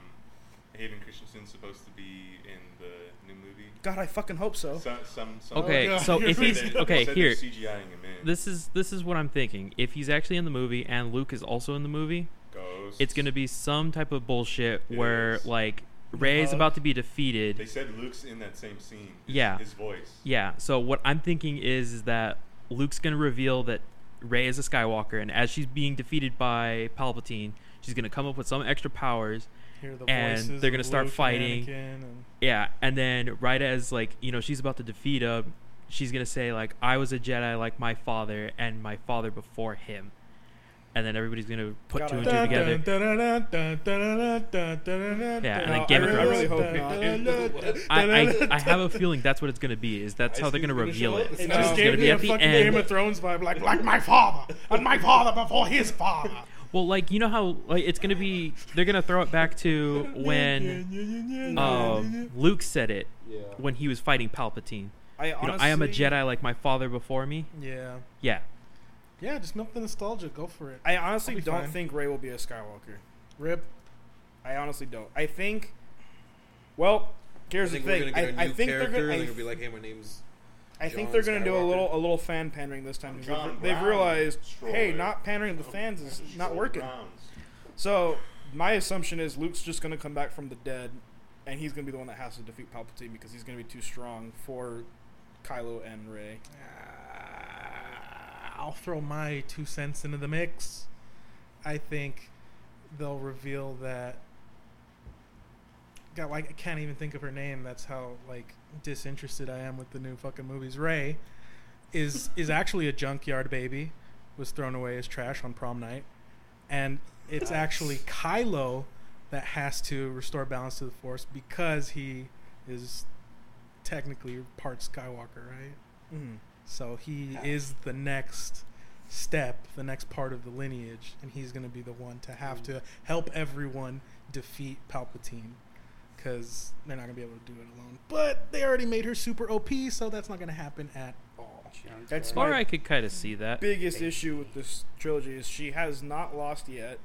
Hayden Christensen's supposed to be in the new movie? God, I fucking hope so. Some, some, some Okay, God. so if Said he's they- okay Oh, said here, They're CGIing him in. this is this is what I'm thinking. If he's actually in the movie and Luke is also in the movie, Ghosts. it's gonna be some type of bullshit It where is. like Ray's hug. about to be They defeated. said Luke's in that same scene. His- Yeah. His voice. Yeah. So what I'm thinking is, is that Luke's gonna reveal that Ray is a Skywalker, and as she's being defeated by Palpatine, she's gonna come up with some extra powers. Hear the And voices they're gonna of start Luke and fighting. Anakin and- Yeah, and then right as like you know she's about to defeat him, she's gonna say like I was a Jedi like my father and my father before him, and then everybody's gonna put Got two it. and two Dun, together. dun, dun, dun, dun, dun, dun, dun, dun, dun, Yeah, and No, then I Game of really- I really Thrones. hope not. I, I, I have a feeling that's what it's gonna be. Is that's how they're gonna reveal it? It No. just It's gave gonna be me a at the fucking end. Game of Thrones vibe, like like my father and my father before his father. Well, like you know how like it's gonna be. They're gonna throw it back to when um, Luke said it Yeah. when he was fighting Palpatine. I honestly, You know, I am a Jedi like my father before me. yeah, Yeah, yeah, just milk the nostalgia. Go for it. I honestly I'll be don't fine. think Ray will be a Skywalker. Rip. I honestly don't. I think. Well, here's I think the we're gonna thing. get a I, I new think they're character. gonna. and they're I, gonna be like, "Hey, my name's." I think John they're gonna do a Skywalker. little a little fan pandering this time. 'cause John they've- they've Brown, realized, Troy. hey, not pandering Oh, to the fans is not working. Browns. So my assumption is Luke's just gonna come back from the dead, and he's gonna be the one that has to defeat Palpatine because he's gonna be too strong for Kylo and Rey. I'll throw my two cents into the mix. I think they'll reveal that. God, like I can't even think of her name. That's how like disinterested I am with the new fucking movies. Ray is is actually a junkyard baby, was thrown away as trash on prom night, and it's actually Kylo that has to restore balance to the Force because he is technically part Skywalker, right? Mm. So he is the next step, the next part of the lineage, and he's going to be the one to have to help everyone defeat Palpatine because they're not going to be able to do it alone. But they already made her super OP, so that's not going to happen at all. That's or my I could kind of see that. biggest issue with this trilogy is she has not lost yet.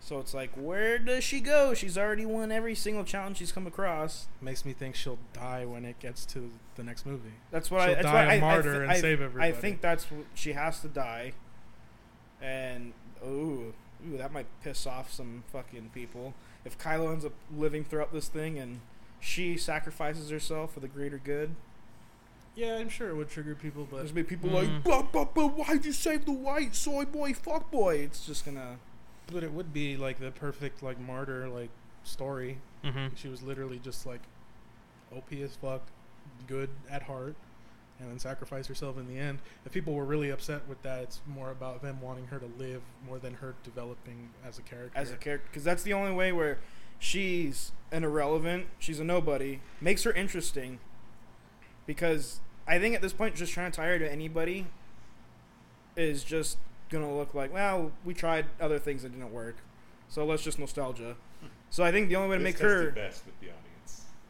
So it's like, where does she go? She's already won every single challenge she's come across. Makes me think she'll die when it gets to the next movie. That's what I. She'll That's die why a I- I martyr thi- and I- save everybody. I think that's wh- she has to die. And ooh, ooh, that might piss off some fucking people. If Kylo ends up living throughout this thing and she sacrifices herself for the greater good, Yeah, I'm sure it would trigger people, but there's gonna be people Mm. like, but, but, but, why'd you save the white soy boy, fuck boy? It's just gonna. but it would be like the perfect like martyr like story hmm She was literally just like OP as fuck, good at heart, and then sacrificed herself in the end. If people were really upset with that, it's more about them wanting her to live more than her developing as a character. as a character because that's the only way where she's an irrelevant she's a nobody makes her interesting because i think at this point just trying to tie her to anybody is just gonna look like well we tried other things that didn't work so let's just nostalgia so i think the only way to This make tested her best with the audience.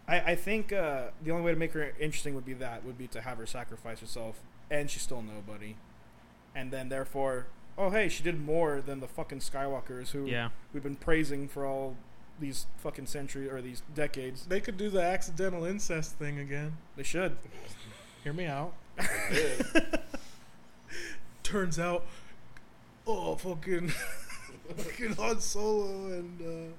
I, I think uh, the only way to make her interesting would be that would be to have her sacrifice herself, and she's still nobody, and then therefore, oh hey, she did more than the fucking Skywalkers who Yeah. we've been praising for all these fucking centuries or these decades. they could do the accidental incest thing again. They should. Hear me out. Turns out, oh fucking, fucking Han Solo and uh,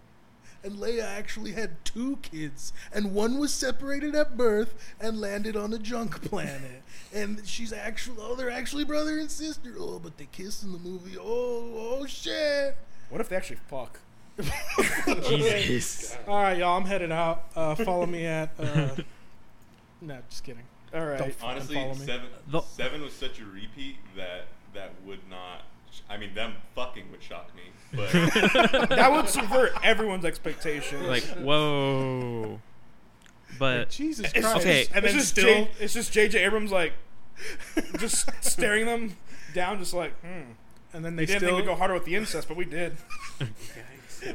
and Leia actually had two kids, and one was separated at birth and landed on a junk planet, and she's actually oh they're actually brother and sister. Oh, but they kissed in the movie. Oh, oh shit. What if they actually fuck? Jesus. All right, y'all, I'm headed out. Uh, follow me at. Uh, no, just kidding. All right. Don't fucking Honestly, follow me. seven The- seven was such a repeat that that would not. sh- I mean, them fucking would shock me, but that would subvert everyone's expectations. Like whoa. But Jesus It's Christ. Okay. just- And it's then just still. J- it's just JJ Abrams like just staring them down, just like hmm. and then they We didn't still think we'd go harder with the incest, but we did.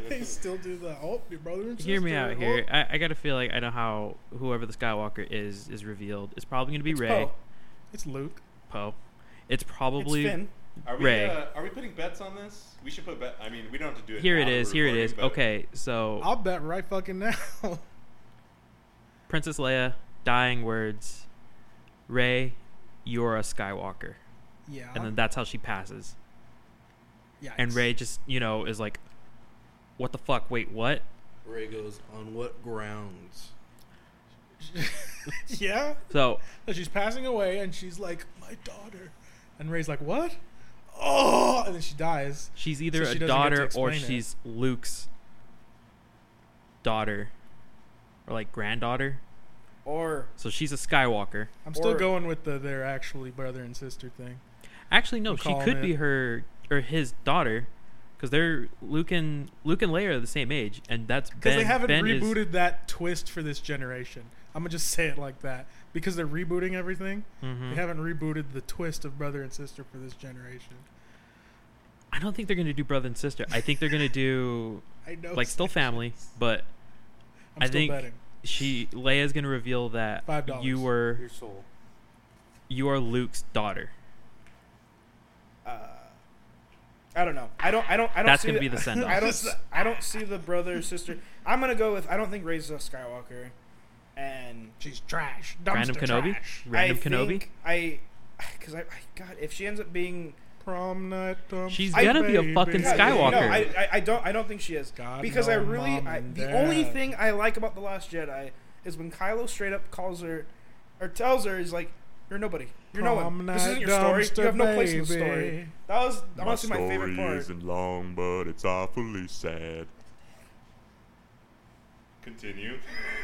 they still do the oh, your brother and sister. Hear me out oh." here. I, I gotta feel like I know how whoever the Skywalker is is revealed. It's probably gonna be It's Ray Poe. It's Luke. Poe. It's Oh, It's probably Finn. Are we Ray. Uh, are we putting bets on this? We should put bet. I mean, we don't have to do it. here. It now, is. we're Here it recording, is. but Okay, so I'll bet right fucking now. Princess Leia, dying words. Ray, you're a Skywalker, yeah. and then that's how she passes. And yikes. Ray just you know is like, what the fuck? Wait, what? Ray goes, on what grounds? Yeah. So So she's passing away, and she's like, "My daughter," and Ray's like, "What?" Oh, and then she dies. she's either she doesn't a get to daughter or explain it. she's Luke's daughter, or like granddaughter. Or So she's a Skywalker. I'm still Or- going with the they're actually brother and sister thing. Actually, no, I'm she calling could it. be her or his daughter, because they're Luke and Luke and Leia are the same age, and that's Because because they haven't ben is- rebooted that twist for this generation. I'm gonna just say it like that because they're rebooting everything. Mm-hmm. They haven't rebooted the twist of brother and sister for this generation. I don't think they're gonna do brother and sister. I think they're gonna do I know. like still family, but I'm I still think betting. she Leia's gonna reveal that $5. you were Your soul. you are Luke's daughter. uh, I don't know. I don't. I don't. I don't. That's see gonna be the send-off. I don't. s- I don't see the brother sister. I'm gonna go with. I don't think Ray's a Skywalker, and She's trash. Dumpster Random Kenobi, trash. random I Kenobi. Think I, because I, I, God, if she ends up being Prom night. dumpster She's I- gonna be a baby. fucking God, Skywalker. No, I, I, I don't. I don't think she is. God, because no, I really, Mom I, and the Dad. only thing I like about the Last Jedi is when Kylo straight up calls her, or tells her, is like, "You're nobody. You're no one. Prom This isn't night your story. You dumpster have no place in the baby." story." That was honestly my, favorite part. long, but it's awfully sad. Continue.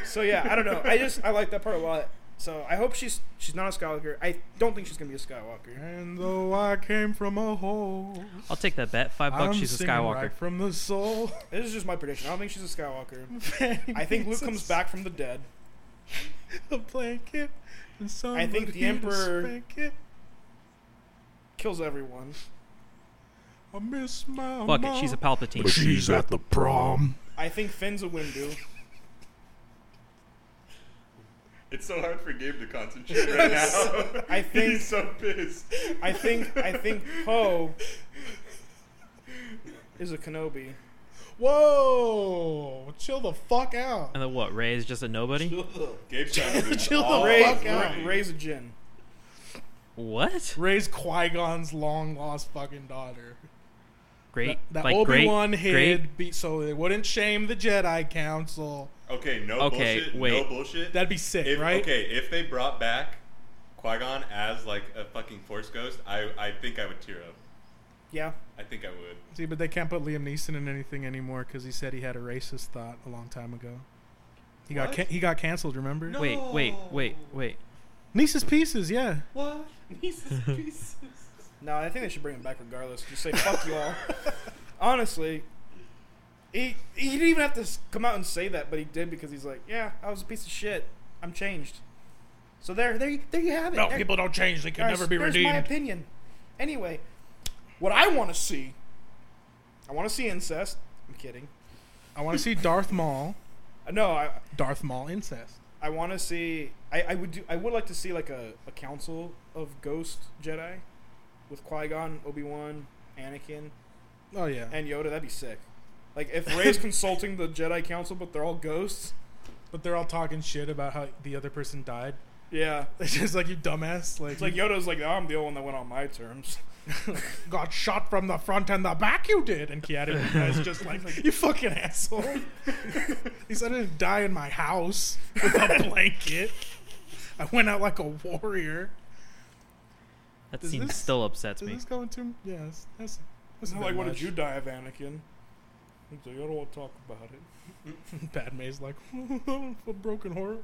So yeah, I don't know. I just I like that part a lot. So I hope she's she's not a Skywalker. I don't think she's gonna be a Skywalker. And though I came from a hole, I'll take that bet. Five bucks. I'm she's a singing Skywalker. right from the soul. This is just my prediction. I don't think she's a Skywalker. I think Luke comes back from the dead. a blanket. And I somebody think the to Emperor- spank it. Kills everyone. I miss my Fuck mom. it, she's a Palpatine. she's at the prom. I think Finn's a Windu. It's so hard for Gabe to concentrate right now. I think- he's so pissed. I think I think Poe is a Kenobi. Whoa! Chill the fuck out. And then what? Ray is just a nobody. Gabe's trying to Chill the Ray, fuck Ray, out. Ray's a Jin. What? Ray's Qui Gon's long lost fucking daughter. Great. That like Obi Wan great, great hid, be, so they wouldn't shame the Jedi Council. Okay, no Okay, bullshit. wait. No bullshit. That'd be sick, if, right? Okay, if they brought back Qui Gon as like a fucking Force ghost, I I think I would tear up. Yeah. I think I would. See, but they can't put Liam Neeson in anything anymore because he said he had a racist thought a long time ago. He got What? can- he got canceled. Remember? Wait, wait, wait, wait. Nieces pieces, yeah. What? No, I think they should bring him back regardless. Just say fuck you all. Honestly, he he didn't even have to s- come out and say that, but he did because he's like, yeah, I was a piece of shit. I'm changed. So there, there, you- there you have it. No, There- people don't change. They can there's- never be there's my redeemed. opinion. Anyway, what I want to see, I want to see incest. I'm kidding. I want to see Darth Maul. Uh, No, I Darth Maul incest. I want to see. I, I would do. I would like to see like a, a council of ghost Jedi, with Qui Gon, Obi Wan, Anakin. Oh yeah. and Yoda, that'd be sick. Like if Ray's consulting the Jedi Council, but they're all ghosts. but they're all talking shit about how the other person died. Yeah, It's just like you dumbass. Like, it's like Yoda's like, "Oh, I'm the only one that went on my terms. you got shot from the front and the back. You did. And Keanu Reeves is just like, you fucking asshole. he said I didn't die in my house with a blanket. I went out like a warrior. That Is scene this- still upsets Is me. this going too? Yes. That's, that's I'm a like, bit what did much. you die of, Anakin? He's like, I don't want to talk about it. Padme's like, a broken heart.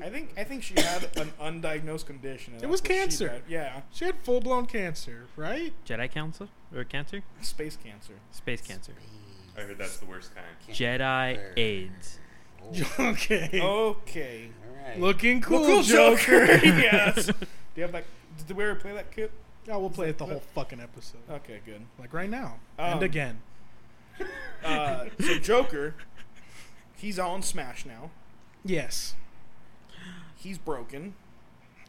I think I think she had an undiagnosed condition. and It that's was what she cancer. died- Yeah, She had full blown cancer, right? Jedi Council or cancer? space cancer. Space cancer. I heard that's the worst kind. Jedi AIDS. okay. Oh, Okay. All right. Looking cool, cool, Joker. Joker. yes. Do you have that? Did we ever play that clip? Yeah, we'll play it the whole fucking episode. Okay, good. Like right now. Um, and again. Uh, so Joker, he's on Smash now. Yes. He's broken.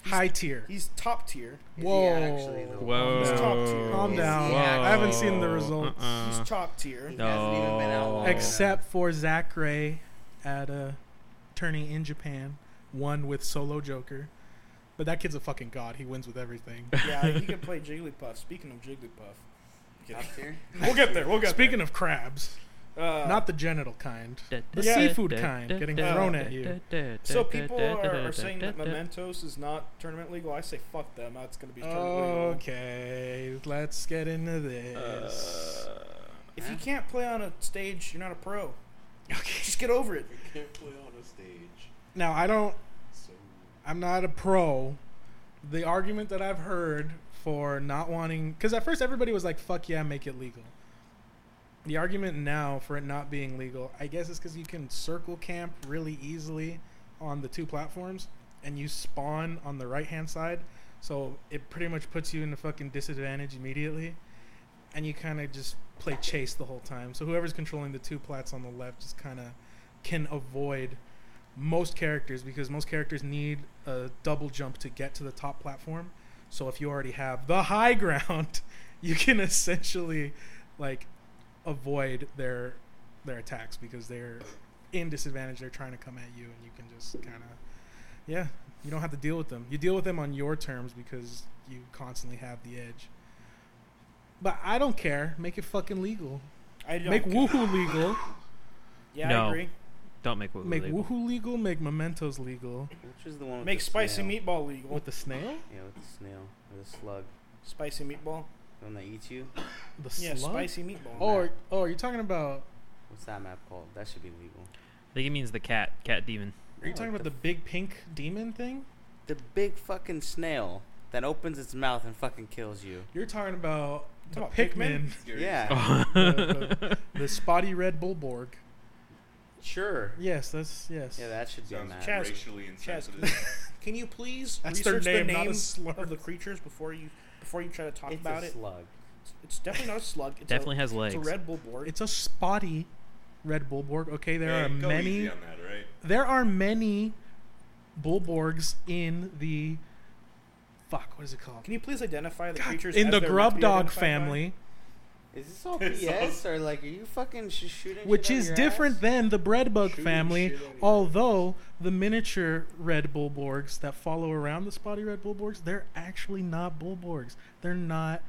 High tier. He's top tier. Whoa. actually, though? Whoa. He's top tier. Calm Is down. he I haven't seen the actually- results. Uh-uh. He's top tier. He hasn't even been out long Except for Zach Ray at a tourney in Japan, won with solo Joker. But that kid's a fucking god. He wins with everything. Yeah, he can play Jigglypuff. Speaking of Jigglypuff, enough. Top tier? we'll get there. We'll get Speaking of crabs, there. Uh, not the genital kind, The the seafood kind getting thrown at you. so people are, are saying that Mementos is not tournament legal. I say fuck them. That's gonna be tournament legal. Okay, let's get into this. Uh, If you can't play on a stage, you're not a pro. Just get over it. Can't play on a stage. now, I don't So I'm not a pro. The argument that I've heard for not wanting, because at first everybody was like, "Fuck yeah, make it legal." The argument now for it not being legal, I guess, is because you can circle camp really easily on the two platforms, and you spawn on the right hand side, so it pretty much puts you in a fucking disadvantage immediately, and you kind of just play chase the whole time. So whoever's controlling the two plats on the left just kind of can avoid most characters because most characters need a double jump to get to the top platform. So if you already have the high ground, you can essentially like avoid their their attacks because they're in disadvantage. They're trying to come at you, and you can just kind of yeah, you don't have to deal with them. You deal with them on your terms because you constantly have the edge. But I don't care. Make it fucking legal. I don't Make care. woohoo legal. Yeah, No. I agree. Don't make woohoo. Make legal. woohoo legal. Make mementos legal. Which is the one with Make the spicy snail? meatball legal. With the snail? Yeah, with the snail. Or the slug. spicy meatball. The one that eats you? The Yeah, slug? spicy meatball. Oh, are, oh, are you talking about? What's that map called? That should be legal. I think it means the cat, cat demon. Are you talking about the big pink demon thing? the big fucking snail that opens its mouth and fucking kills you? You're talking about the Talking about Pikmin, Oh. Yeah, the, the- the spotty red Bulborg. sure. Yes, that's yes. Yeah, that should be a Sounds map. Chaz- racially Chaz, insensitive. Can you please That's their name, research the not a names slur. of the creatures before you before you try to talk It's about a it? slug. It's definitely not a slug. It's Definitely a, has legs. It's a Red Bull board. it's a spotty red Bulborg. Okay, there Hey, are go many. easy on that, right? There are many Bulborgs in the. Fuck, what is it called? Can you please identify the creatures In as the they're meant to grub be dog identified by? family, Is this all It's all- BS or like are you fucking sh- shooting? which shit out is your different ass? than the bread bug family, shit out of your although the miniature red bullborgs that follow around the spotty red bullborgs, they're actually not bullborgs. They're not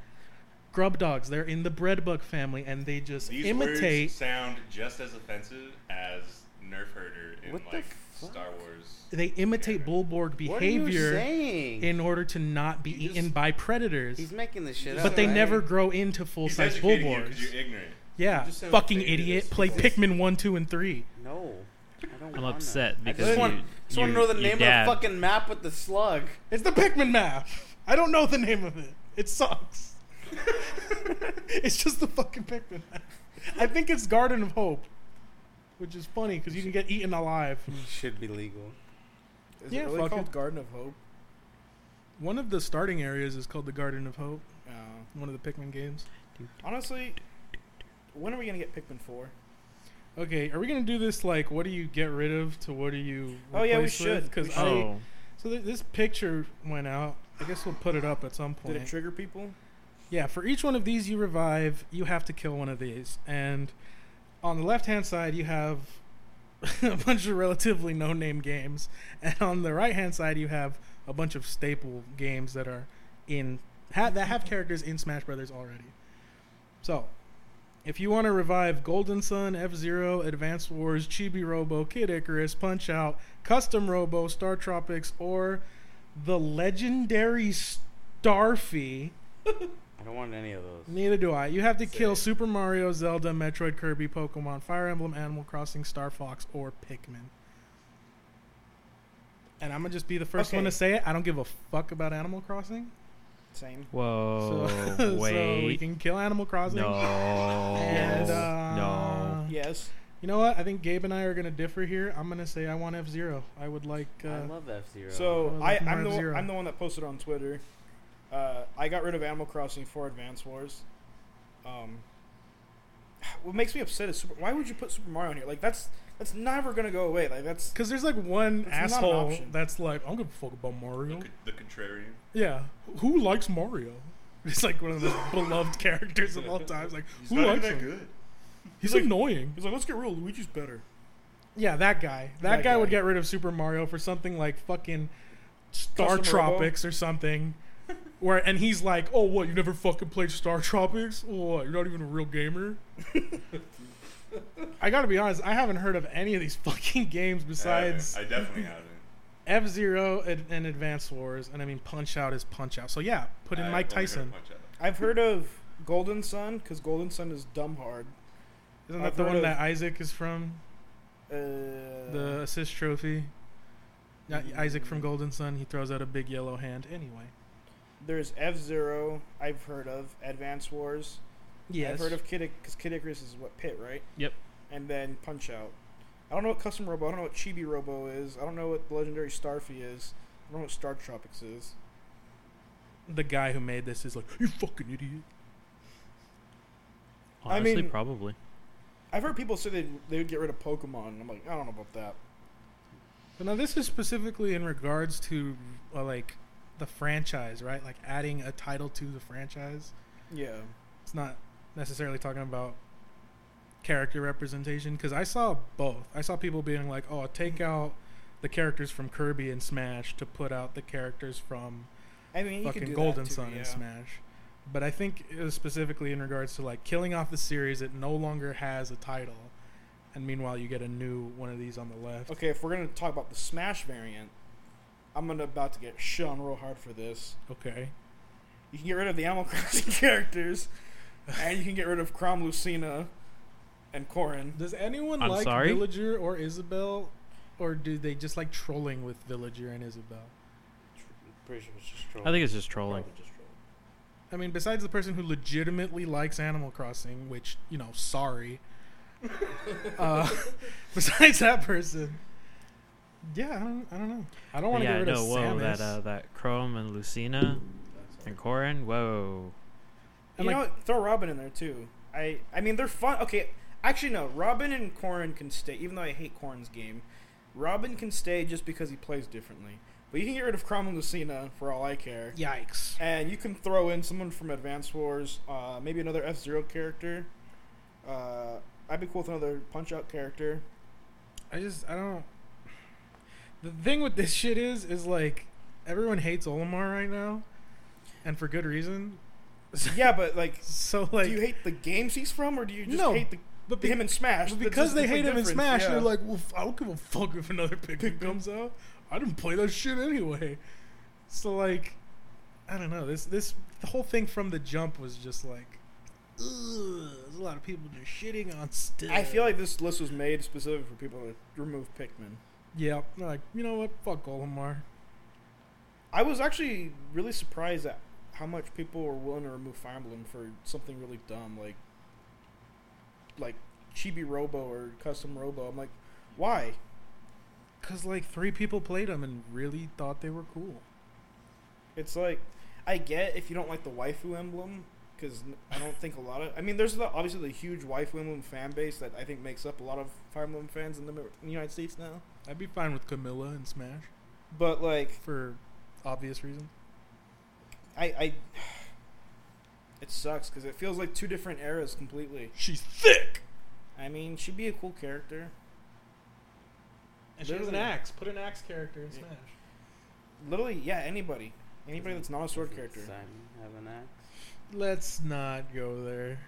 grub dogs. They're in the bread bug family, and they just These imitate. words sound just as offensive as Nerf herder in What the like fuck? Star Wars. They imitate bullborg What are you behavior saying? in order to not be You just- eaten by predators. He's making this shit up. But they right? never grow into full He's size educating you 'cause bullborgs. you're ignorant. Yeah, just sound fucking faded idiot. as Play fuck. Pikmin one, two, and three. No. I don't I'm wanna. upset I because just you, want, just want to know the name dad, of the fucking map with the slug. It's the Pikmin map. I don't know the name of it. It sucks. it's just the fucking Pikmin map. I think it's Garden of Hope, which is funny because you can get eaten alive. Should be legal. Is Yeah, it really fuck called it. Garden of Hope? One of the starting areas is called the Garden of Hope. Uh, One of the Pikmin games. honestly, when are we gonna get Pikmin four? Okay, are we gonna do this like what do you get rid of to what do you? Oh, yeah, we replace with? should. 'Cause We should. I- Oh, so th- this picture went out. I guess we'll put it up at some point. Did it trigger people? Yeah, for each one of these you revive, you have to kill one of these. And on the left hand side, you have a bunch of relatively no name games. And on the right hand side, you have a bunch of staple games that are in ha- that have characters in Smash Brothers already. So, if you want to revive Golden Sun, F Zero, Advance Wars, Chibi Robo, Kid Icarus, Punch Out, Custom Robo, Star Tropics, or the legendary Starfy, I don't want any of those. Neither do I. You have to kill Super Mario, Zelda, Metroid, Kirby, Pokemon, Fire Emblem, Animal Crossing, Star Fox, or Pikmin. And I'm gonna just be the first one Okay. to say it. I don't give a fuck about Animal Crossing. Same. whoa, so we Oh, wait, can kill Animal Crossing. no, And, uh, no. Yes. You know what? I think Gabe and I are gonna differ here. I'm gonna say I want F Zero. I would like. Uh, I love F Zero. So Oh, I, like I'm Marv the one, Zero. I'm the one that posted on Twitter. Uh, I got rid of Animal Crossing for Advance Wars. Um, what makes me upset is Super, why would you put Super Mario in here? Like that's that's never gonna go away. Like that's Because there's like one That's not an asshole option. that's like, I don't give a fuck about Mario. The, the contrarian. Yeah. Who likes Mario? It's like one of the most beloved characters of all time. It's like, He's who not even likes that him? good. He's Like- annoying. he's like let's get real. Luigi's better. Yeah, that guy. That, That guy, would guy. get rid of Super Mario for something like fucking Star Custom Robo? Tropics or something. Where and he's like, "Oh, what? You never fucking played Star Tropics? Oh, What? You're not even a real gamer." I gotta be honest. I haven't heard of any of these fucking games besides I, I definitely haven't. F Zero and, and Advance Wars, and I mean Punch Out is Punch Out. So yeah, put in I've Mike only heard of Tyson. Punch Out. I've heard of Golden Sun because Golden Sun is dumb hard. Isn't that I've the heard one of- that Isaac is from? Uh, The assist trophy. Yeah, Isaac from Golden Sun. He throws out a big yellow hand. Anyway. there's F Zero. I've heard of Advance Wars. I've heard of Kid because Kid Icarus is what Pit right. Yep. And then Punch Out. I don't know what Custom Robo. I don't know what Chibi Robo is. I don't know what the Legendary Starfy is. I don't know what Star Tropics is. the guy who made this is like, you fucking idiot. I Honestly, mean- probably. I've heard people say they they would get rid of Pokemon. And I'm like, I don't know about that. But now this is specifically in regards to uh, like the franchise, right? Like adding a title to the franchise. Yeah. It's not necessarily talking about character representation because I saw both. I saw people being like, "Oh, take out the characters from Kirby and Smash to put out the characters from I mean, you could fucking do Golden that too, Sun yeah. and Smash. But I think it was specifically in regards to like killing off the series, it no longer has a title, and meanwhile you get a new one of these on the left. Okay, if we're gonna talk about the Smash variant, I'm gonna about to get shit on real hard for this. Okay. You can get rid of the Animal Crossing characters, and you can get rid of Crom Lucina and Corrin. Does anyone I'm like sorry? Villager or Isabel, or do they just like trolling with Villager and Isabel? Pretty sure it's just trolling. I think it's just trolling. Probably just trolling. I mean, besides the person who legitimately likes Animal Crossing, which you know, sorry. uh, besides that person, yeah, I don't, I don't know. I don't want to yeah, get rid no, of whoa, Samus. that uh, that Chrome and Lucina and Corin, whoa. And, you know like- what? Throw Robin in there too. I I mean they're fun. Okay, actually no. Robin and Corrin can stay, even though I hate Corrin's game. Robin can stay just because he plays differently. But you can get rid of Crom and Lucina for all I care. Yikes. And you can throw in someone from Advance Wars, uh, maybe another F Zero character. Uh, I'd be cool with another Punch Out character. I just I don't. The thing with this shit is is like everyone hates Olimar right now, and for good reason. Yeah, but like, So like, do you hate the games he's from, or do you just No, hate the, but him in Smash? But That's because just they the hate him in difference, Smash, yeah. they're like, well, f- I don't give a fuck if another Pikmin comes out. I didn't play that shit anyway. So like, I don't know. This this the whole thing from the jump was just like, ugh, there's a lot of people just shitting on stuff. I feel like this list was made specifically for people to remove Pikmin. yeah, they're like you know what? Fuck Olimar. I was actually really surprised at how much people were willing to remove Fire Emblem for something really dumb, like like Chibi Robo or Custom Robo. I'm like, why? Cause like three people played them and really thought they were cool. It's like I get if you don't like the waifu emblem because I don't think a lot of. I mean, there's the, obviously the huge waifu emblem fan base that I think makes up a lot of Fire Emblem fans in the, Amer- in the United States now. I'd be fine with Camilla and Smash But like, for obvious reasons. I, I it sucks because it feels like two different eras completely. She's thick. I mean, she'd be a cool character. And she has an Literally. axe. Put an axe character in Yeah. Smash. Literally, yeah, anybody. Anybody that's not a sword Does character. Simon have an axe? Let's not go there.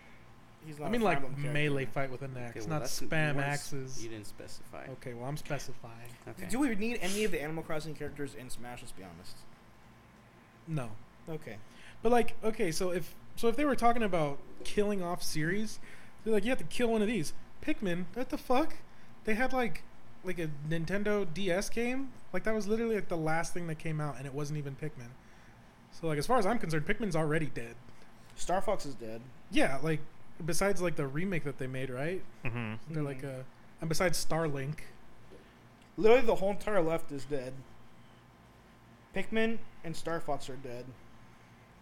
He's not I a mean, Fire like Emblem character. melee fight with an axe, Okay, well, not that's- spam you weren't s- axes. You didn't specify. Okay, well I'm specifying. Okay. Do we need any of the Animal Crossing characters in Smash? Let's be honest. No, Okay. but like, okay, so if so, if they were talking about killing off series, they're like, you have to kill one of these Pikmin. What the fuck? They had like, like a Nintendo DS game. Like that was literally like the last thing that came out, and it wasn't even Pikmin. So like, as far as I'm concerned, Pikmin's already dead. Star Fox is dead. Yeah, like besides like the remake that they made, right? Mm-hmm. They're like Mhm. a, and besides Starlink, Literally, the whole entire left is dead. Pikmin and Star Fox are dead.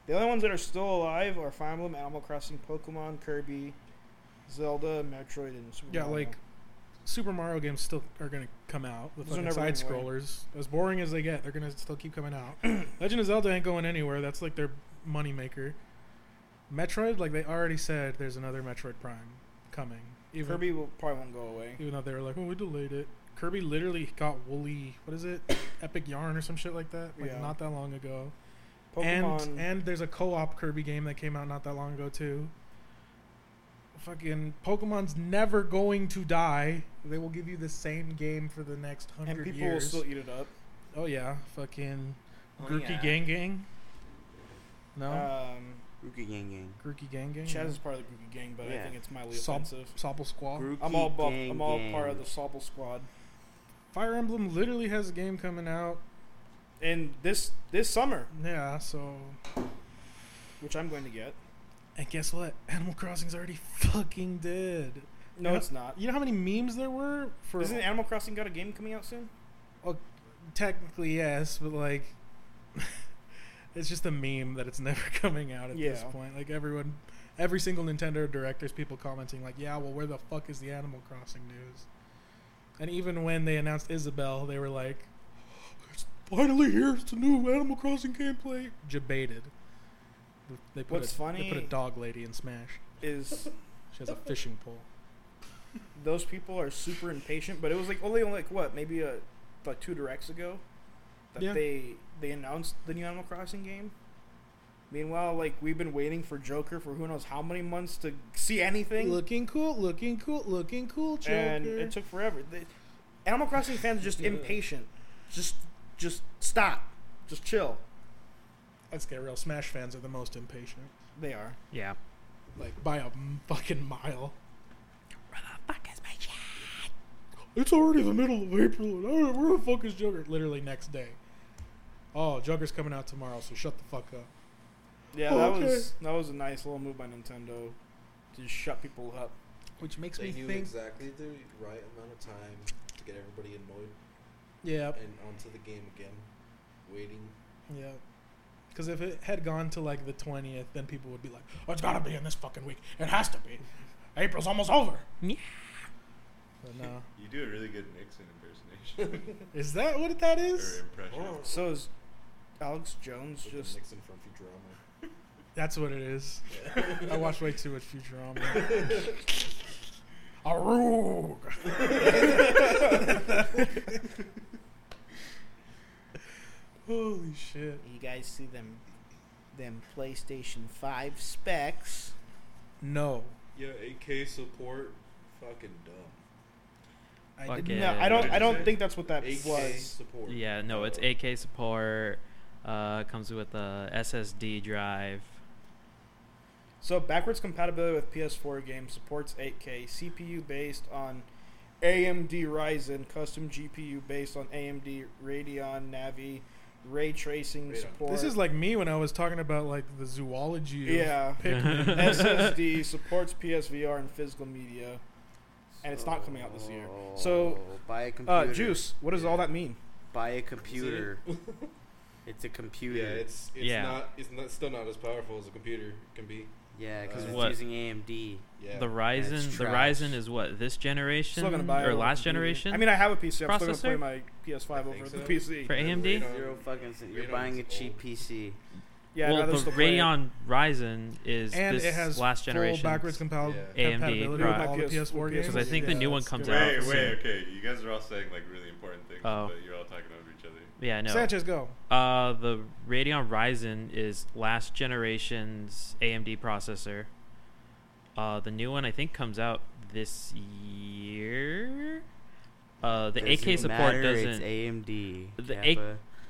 The only ones that are still alive are Fire Emblem, Animal Crossing, Pokemon, Kirby, Zelda, Metroid, and Super Yeah, Mario. like Super Mario games still are gonna come out. The Those are fucking never side going away. scrollers, as boring as they get, they're gonna still keep coming out. Legend of Zelda ain't going anywhere. That's like their money maker. Metroid, like they already said, there's another Metroid Prime coming. Even Kirby will probably won't go away. even though they were like, "Oh, we delayed it." Kirby literally got Woolly, what is it, Epic Yarn or some shit like that, like Yeah. not that long ago. Pokemon. And and there's a co-op Kirby game that came out not that long ago too. Fucking Pokemon's never going to die. They will give you the same game for the next and hundred people years. will still eat it up. oh yeah, fucking Oh, Grookey yeah. Gang Gang. No, Um, Rookie Gang Gang. Grookey Gang Gang. Chaz is part of the Googie Gang, but I Yeah. think it's mildly Sop- offensive. Sopple Squall. I'm all bu- I'm all part of the Sobble Squad. Fire Emblem literally has a game coming out. And this this summer, Yeah, so which I'm going to get. And guess what? Animal Crossing's already fucking dead. No, Yeah. it's not. You know how many memes there were for? Isn't Animal Crossing got a game coming out soon? Technically, yes, but like, it's just a meme that it's never coming out at this Yeah. point. Like everyone, every single Nintendo direct, there's people commenting like, "Yeah, well, where the fuck is the Animal Crossing news?" And even when they announced Isabelle, they were like, "It's finally here! It's a new Animal Crossing gameplay." Debated. They put What's a, They funny- put a dog lady in Smash. Is She has a fishing pole. those people are super impatient, but it was like only like what maybe a like two directs ago that Yeah. they they announced the new Animal Crossing game. Meanwhile, like we've been waiting for Joker for who knows how many months to see anything, Looking cool, looking cool, looking cool, Joker. and it took forever. The, Animal Crossing fans are just Yeah. impatient. Just just stop. Just chill. Let's get real. Smash fans are the most impatient, They are. Yeah. like by a m- fucking mile. Where the fuck is my chat? It's already the middle of April. and I don't- Where the fuck is Joker? Literally next day. Oh, Joker's coming out tomorrow, so shut the fuck up. Yeah, Oh, that okay. was that was a nice little move by Nintendo to just shut people up. Which makes They me knew think. exactly the right amount of time to get everybody annoyed yeah, and onto the game again, waiting. yeah. Because if it had gone to like the twentieth, then people would be like, "Oh, it's gotta be in this fucking week. It has to be. April's almost over." Yeah. But no. You do a really good Nixon impersonation Is that what that or is? impression. So is Alex Jones Like just Nixon from Futurama. That's what it is. I watch way too much Futurama. Arug. Holy shit! You guys see them them PlayStation 5 specs. No, Yeah, 8K support, fucking dumb. I Fuck didn't. it. No, Yeah. I don't I What did you don't say? think that's what that 8K was. support. Yeah, no, it's 8K support. Uh, comes with a SSD drive. So backwards compatibility with PS4 games supports 8K CPU based on AMD Ryzen, custom GPU based on AMD Radeon Navi, ray tracing Radeon. support. This is like me when I was talking about like the zoology. of yeah. Pikmin. SSD supports PSVR and physical media, and it's not coming out this year. So, Oh. buy a computer. uh, Juice, what does all that mean? Buy a computer. it's a computer. Yeah, it's it's Yeah. not it's not still not as powerful as a computer can be. yeah, because Uh, it's What? using AMD. Yeah. The Ryzen, it's the trash. Ryzen is what this generation Still gonna buy or it. last generation. I mean, I have a PC. I'm still Processor? gonna play my PS5 think over so. the PC. for AMD. Radeon- Zero fucking. sen- You're Radeon's buying a cheap old. PC. yeah, I'd well, rather the still play it. Radeon Ryzen is and this it has last full generation. backwards compatible Yeah. AMD compatibility with drive. all the PS4 games. Because I think the new one that's comes good. out. Wait, soon. wait, okay. You guys are all saying like really important things, Oh. but you're all talking over each other. Yeah, I know. Sanchez, go. Uh, the Radeon Ryzen is last generation's AMD processor. Uh, the new one I think comes out this year. Uh, the Doesn't 8K support matter, It's doesn't. AMD. The Kappa. eight-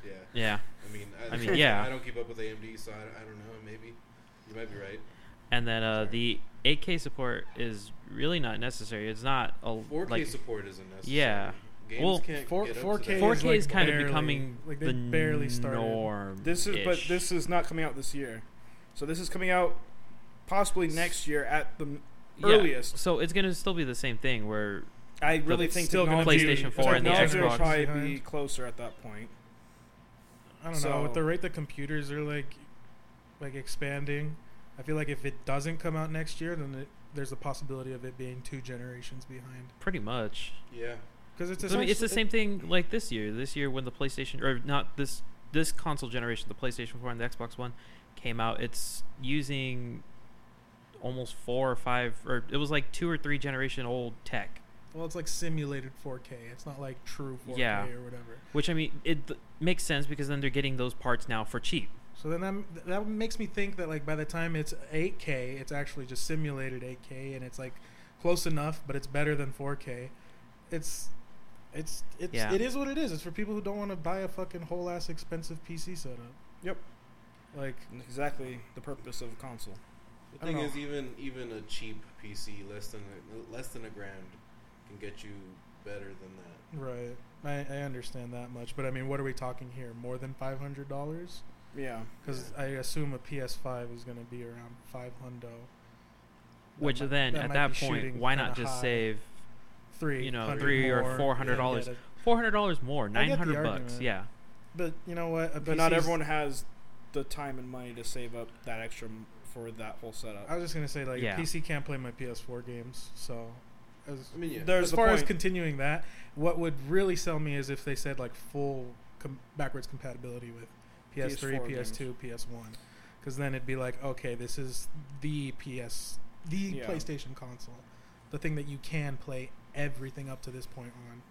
Yeah. yeah, I mean, I, I mean, yeah. I don't keep up with AMD, so I, don't- I don't know. Maybe you might be right. and then uh, the 8K support is really not necessary. It's not a 4K like support isn't necessary. Yeah. Games Well, can't Four, get up to 4K, that. 4K like, is kind barely- of becoming like they the barely started. norm. This is, but this is not coming out this year. So this is coming out possibly next year at the m- earliest. So it's gonna still be the same thing where I really it's think still gonna technology- be- PlayStation 4 and the technology will Xbox. probably be Behind. closer at that point. I don't know. With So- the rate that computers are like, like expanding, I feel like if it doesn't come out next year, then it there's a possibility of it being two generations behind Pretty much. Yeah. because it's I mean, it's essentially- the same thing like this year. This year when the PlayStation or not this this console generation, the PlayStation 4 and the Xbox One came out, it's using almost four or five or it was like two or three generation old tech. Well, it's like simulated 4K. It's not like true 4K Yeah. or whatever. Which I mean, it th- makes sense because then they're getting those parts now for cheap. So then that that makes me think that like by the time it's 8K, it's actually just simulated 8K, and it's like close enough, but it's better than 4K. It's it's it's Yeah. it is what it is. It's for people who don't want to buy a fucking whole ass expensive PC setup. Yep. Like Exactly the purpose of a console. The I don't thing know. is, even even a cheap PC less than a, less than a grand can get you better than that. right. I, I understand that much, but I mean, what are we talking here? More than five hundred dollars? Yeah. Because I assume a PS5 is going to be around five hundo. That Which might- then that at might that be point, shooting why kinda not just high. save three, you know, hundred three or more, $400. yeah, get it. four hundred dollars more, get the nine hundred bucks? argument. Yeah, But you know what? A But not PC's everyone has the time and money to save up that extra m- for that whole setup. I was just gonna say like Yeah. a PC can't play my PS4 games, so as, I mean, yeah. There's as the far as point. continuing that, what would really sell me is if they said like full com- backwards compatibility with PS3, PS4 PS2, PS1, because then it'd be like okay, this is the PS, the Yeah. PlayStation console, the thing that you can play everything up to this point on.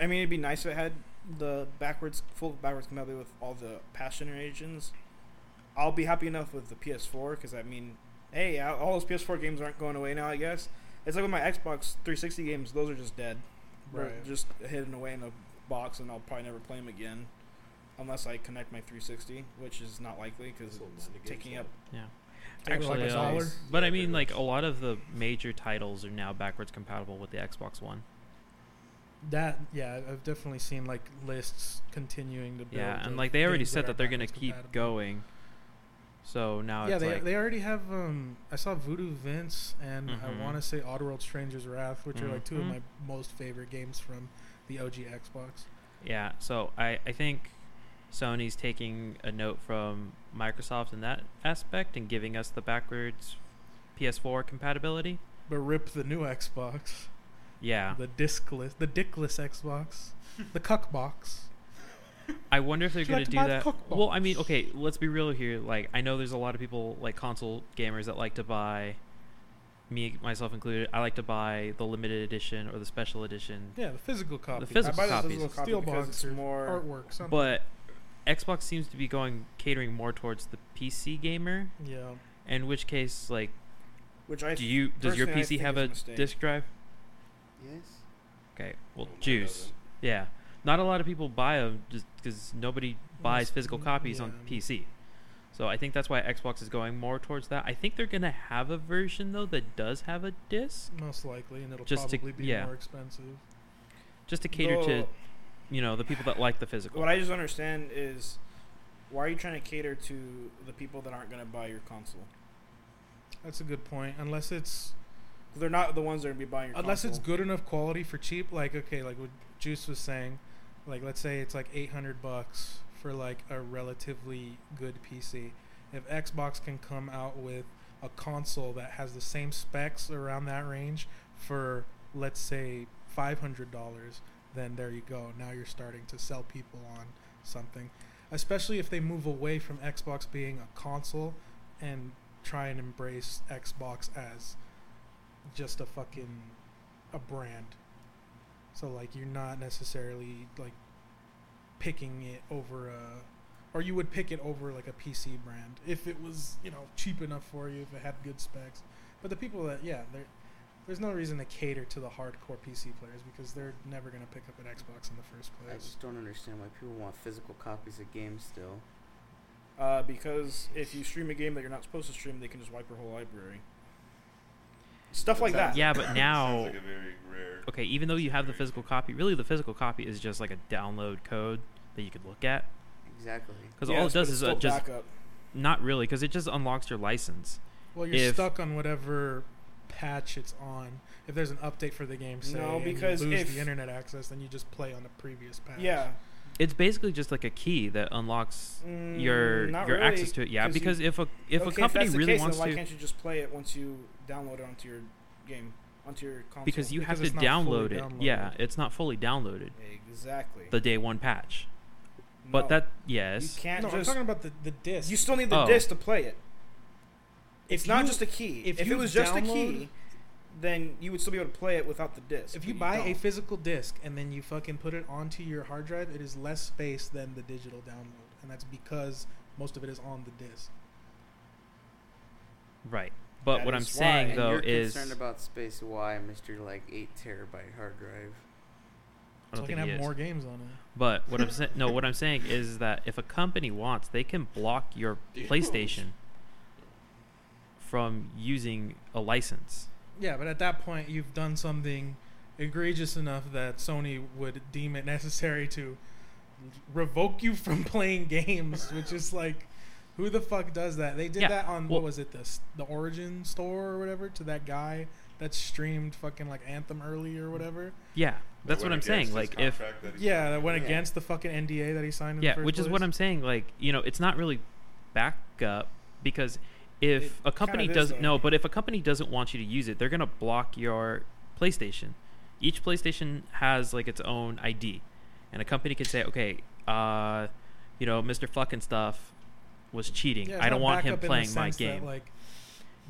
I mean, it'd be nice if it had the backwards, full backwards compatibility with all the past generations. I'll be happy enough with the PS4 because I mean, hey, all all those PS4 games aren't going away now. I guess it's like with my Xbox 360 games; those are just dead, They're Right. Just hidden away in a box, and I'll probably never play them again, unless I connect my 360, which is not likely because So it's mine against taking that. up. yeah. Take it like Actually, a uh, dollar. but I Yeah, mean, pretty like much. a lot of the major titles are now backwards compatible with the Xbox One. That yeah, I've definitely seen like lists continuing to build. Yeah, and of like they already games said are that they're gonna backwards keep compatible. going. So now yeah, Oh, it's they, like they already have. Um, I saw Voodoo Vince and Mhm. I want to say Oddworld Stranger's Wrath, which are like two of Mhm. my most favorite games from the OG Xbox. yeah. So I I think Sony's taking a note from Microsoft in that aspect and giving us the backwards PS4 compatibility. But rip the new Xbox, Yeah, the discless, the dickless Xbox, the cuck box. I wonder if they're Would you gonna like to do buy the that. cookbook? Well, I mean, okay, let's be real here. Like, I know there's a lot of people, like console gamers, that like to buy, me myself included. I like to buy the limited edition or the special edition. Yeah, the physical copy. physical I buy copy. the physical Physical copy steel because box it's or more- artwork. Something. But Xbox seems to be going catering more towards the PC gamer. yeah, In which case, like, Which I do you does your personally, I PC think have is a mistake. disk drive? Yes. Okay, well, No, mine juice. doesn't. Yeah, not a lot of people buy them just because nobody buys it's- physical copies on yeah. PC. So I think that's why Xbox is going more towards that. I think they're gonna have a version though that does have a disc, most likely, and it'll Just to- probably be yeah. more expensive. just to cater to Though- you know the people that like the physical. What I just don't understand is why are you trying to cater to the people that aren't going to buy your console? That's a good point. Unless it's They're not the ones that are going to be buying your unless console. it's good enough quality for cheap like okay like what juice was saying like let's say it's like 800 bucks for like a relatively good pc if xbox can come out with a console that has the same specs around that range for let's say $500 then there you go now you're starting to sell people on something especially if they move away from xbox being a console and try and embrace xbox as just a fucking a brand. So like you're not necessarily like picking it over a or you would pick it over like a PC brand if it was, you know, cheap enough for you if it had good specs. But the people that yeah, they're there's no reason to cater to the hardcore PC players because they're never going to pick up an Xbox in the first I place. just don't understand why people want physical copies of games still. uh, because if you stream a game that you're not supposed to stream, they can just wipe your whole library. Stuff like that. Sounds- Yeah, but sounds now- like a very rare. okay, even though you have the physical copy, really the physical copy is just like a download code that you could look at Exactly. because all Yes, it does but is it's uh, still just backup. not really because it just unlocks your license. Well, you're if- stuck on whatever patch it's on. If there's an update for the game, say, No, and you because lose if- the internet access, then you just play on the previous patch. Yeah. It's basically just like a key that unlocks your Mm, not your really, access to it. Yeah, 'cause you- because if a if okay, a company that's the really case, wants then why to, can't you just play it once you download it onto your game, onto your console. because you have Because to it's not fully download it. Yeah, downloaded. it's not fully downloaded. exactly. The day one patch, but No, that you yes, can't No, I'm just. talking about the, the disc. You still need the Oh. disc to play it. It's If not you- just a key. if If, you it was just a download- key, then you would still be able to play it without the disc. if but you buy a don't. physical disc and then you fucking put it onto your hard drive, it is less space than the digital download, and that's because most of it is on the disc. right. But That what I'm is why. saying And though you're is, concerned about space. Why, Mister? Like eight terabyte hard drive. I So I don't can think he have is. more games on it. But what I'm saying, no, what I'm saying is that if a company wants, they can block your PlayStation from using a license. Yeah, but at that point, you've done something egregious enough that Sony would deem it necessary to revoke you from playing games, which is like. Who the fuck does that? They did Yeah, that on well- what was it the s- the Origin store or whatever to that guy that streamed fucking like Anthem early or whatever. Yeah, that's what I'm saying. Like if Yeah, that went Yeah. against the fucking NDA that he signed. In the yeah, first which is what place. I'm saying. Like you know, it's not really backup because if It a company kind of is, doesn't though. no, but if a company doesn't want you to use it, they're gonna block your PlayStation. Each PlayStation has like its own ID, and a company can say, okay, uh, you know, Mr. Fucking Stuff was cheating. Yeah, it's I don't not want backup him in the playing my sense that, game. like,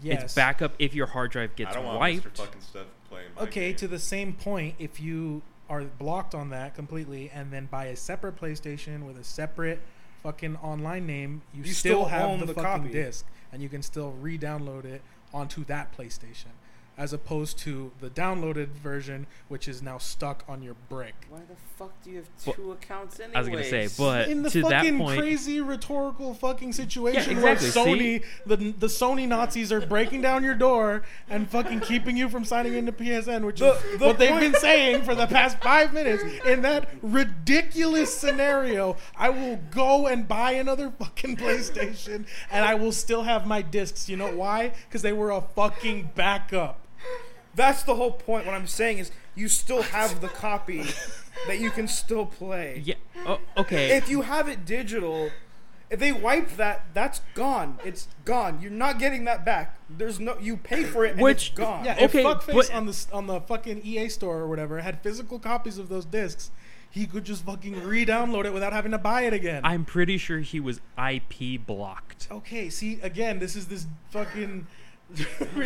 yes. It's backup if your hard drive gets I don't want Mr. wiped. fucking stuff playing. My Okay, game. to the same point, if you are blocked on that completely and then buy a separate PlayStation with a separate fucking online name, you, You still, still have own the, the fucking copy. disc and you can still re-download it onto that PlayStation as opposed to the downloaded version which is now stuck on your brick. Why the fuck do you have Well, two accounts anyway? I was gonna say, but in the to that fucking point, crazy rhetorical fucking situation exactly, where see? Sony, the the Sony Nazis are breaking down your door and fucking keeping you from signing into PSN, which is The- the what they've point- been saying for the past five minutes. In that ridiculous scenario, I will go and buy another fucking PlayStation, and I will still have my discs. You know why? Because they were a fucking backup. That's the whole point. What I'm saying is, you still have the copy that you can still play. yeah, oh, okay. If you have it digital, if they wipe that, that's gone. It's gone. You're not getting that back. There's no. You pay for it, and Which- it's gone. Yeah, Okay, if fuckface but- on the s- on the fucking EA store or whatever had physical copies of those discs, he could just fucking re-download it without having to buy it again. I'm pretty sure he was IP blocked. okay, see again, this is this fucking.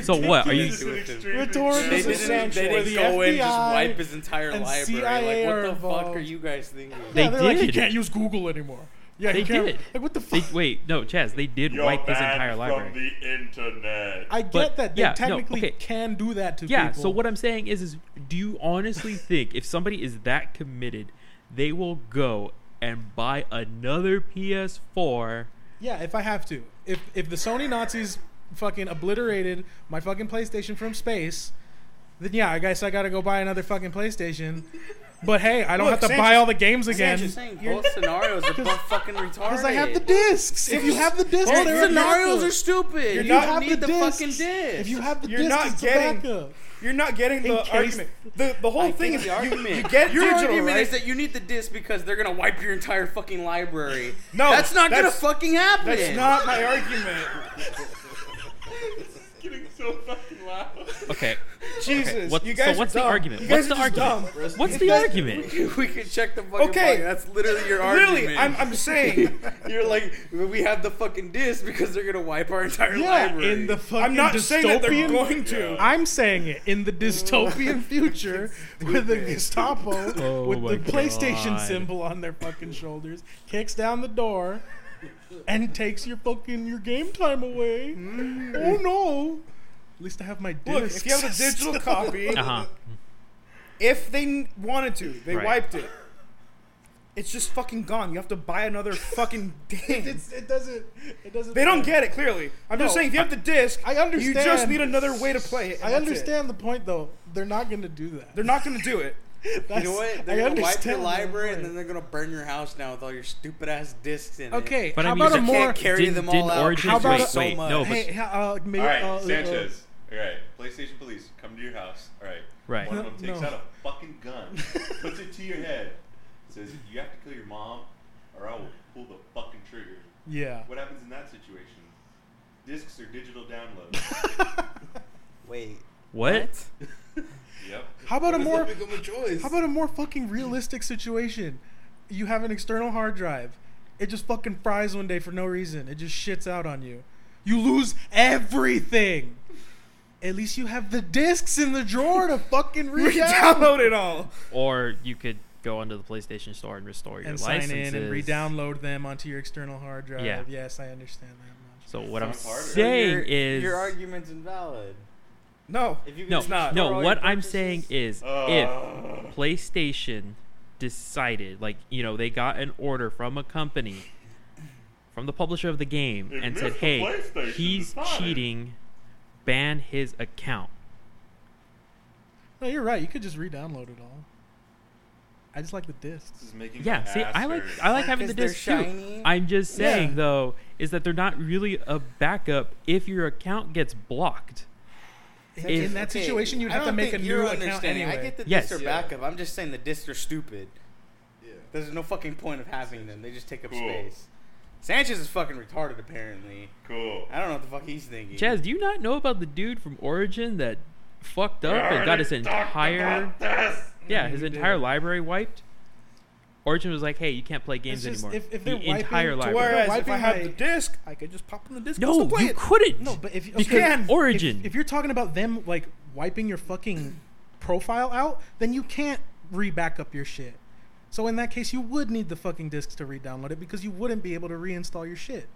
So what are you? This is an With the- extreme Rhetorical They This is didn't, essential. they didn't The go in and just FBI wipe his entire and library. CIA like, what are the fuck involved. are you guys thinking? They Yeah, they're like, you did. can't use Google anymore. Yeah, They you can't. did. Like what the fuck? They, wait, no, Chaz. They did You're wipe his banned entire library. From the internet. I get but- that they yeah, no, technically okay. can do that to yeah. people. So what I'm saying is, is do you honestly think if somebody is that committed, they will go and buy another PS4? Yeah, if I have to. If if the Sony Nazis fucking obliterated my fucking PlayStation from space, then yeah, I guess I gotta go buy another fucking PlayStation. But hey, I don't Look, have to Sanchez- buy all the games I'm again. just saying, both scenarios are both fucking retarded. Because I have the discs. If you have the discs, Both they're a scenarios backup. are stupid. If you you don't have need the, discs, fucking disc. If you have the You're discs, not it's a getting- backup. You're not getting the case- argument. The, the whole I thing think is the you, argument. you get Your digital, argument right? is that you need the disc because they're gonna wipe your entire fucking library. No, that's not that's- gonna fucking happen. That's not my argument. getting so fucking loud. Okay. Jesus, What, you guys so what's the are dumb. argument? You What's guys the are just argument? dumb. What's You the guys- argument? we could check the fucking. Okay. Okay, that's literally your argument. Really, I'm, I'm saying You're like, we have the fucking disc because they're gonna wipe our entire Yeah, library. in the fucking I'm not dystopian. saying that they're going to. I'm saying it in the dystopian future with the Gestapo Oh with my the PlayStation God. symbol on their fucking shoulders kicks down the door and takes your fucking your game time away. Oh no! At least I have my discs. Mm. Look, if you have a digital copy, Uh huh. if they n- wanted to, they Right. wiped it. It's just fucking gone. You have to buy another fucking game. It's, it doesn't. It doesn't. They don't get it clearly. I'm just No, saying, if you have the disc, I you understand. just need another way to play it. and I that's it. understand the point though. They're not going to do that. They're not going to do it. You know what? They're I gonna wipe your understand the library and point. then they're gonna burn your house now with all your stupid ass discs in it. Okay, But I how mean, about a you can't more? carry Didn't- them all didn't out. Origins How about wait, a- so wait, much. no, but Hey, uh, maybe, All right, uh, uh, Sanchez. All right, PlayStation police, come to your house. All right, Right. one of them takes No. out a fucking gun, puts it to your head, says, "You have to kill your mom, or I will pull the fucking trigger." yeah. What happens in that situation? Discs or digital downloads? Wait. What? Yep. How about a Does that more become a choice? How about a more fucking realistic situation? You have an external hard drive. It just fucking fries one day for no reason. It just shits out on you. You lose everything. At least you have the discs in the drawer to fucking read Redownload it all. Or you could go onto the PlayStation Store and restore your and sign licenses. in and re-download them onto your external hard drive. Yeah. Yes, I understand that So what I'm Sounds harder. So saying your, is your argument's invalid. No. If you no, could not. store no. all What your I'm purchases- saying is Uh, if PlayStation decided, like you know, they got an order from a company, from the publisher of the game, If and said, Mr. "Hey, PlayStation he's decided." cheating. Ban his account." much. No, you're right. You could just re-download it all. I just like the discs. this is making Yeah, my see, ass I like hurt. I like having the Because they're disc too. shiny. I'm just saying Yeah. though is that they're not really a backup if your account gets blocked. If- in that Okay, situation, you'd I have to don't make a think you're new account understanding. anyway. I get the Yes. discs are Yeah. backup. I'm just saying the discs are stupid. Yeah. There's no fucking point of having them. They just take up Cool. space. Sanchez is fucking retarded, apparently. cool. I don't know what the fuck he's thinking. Chaz, do you not know about the dude from Origin that fucked We up and got already his talked entire about this. yeah his entire library wiped? Origin was like, "Hey, you can't play games just- anymore." if- if the they're wiping entire to library. Whereas if wiping I have my- the disc, I could just pop in the disc. and still No, play you it. couldn't. No, but if because okay, if- Origin, if, you're talking about them like wiping your fucking profile out, then you can't re-back up your shit. So in that case, you would need the fucking discs to re-download it because you wouldn't be able to reinstall your shit.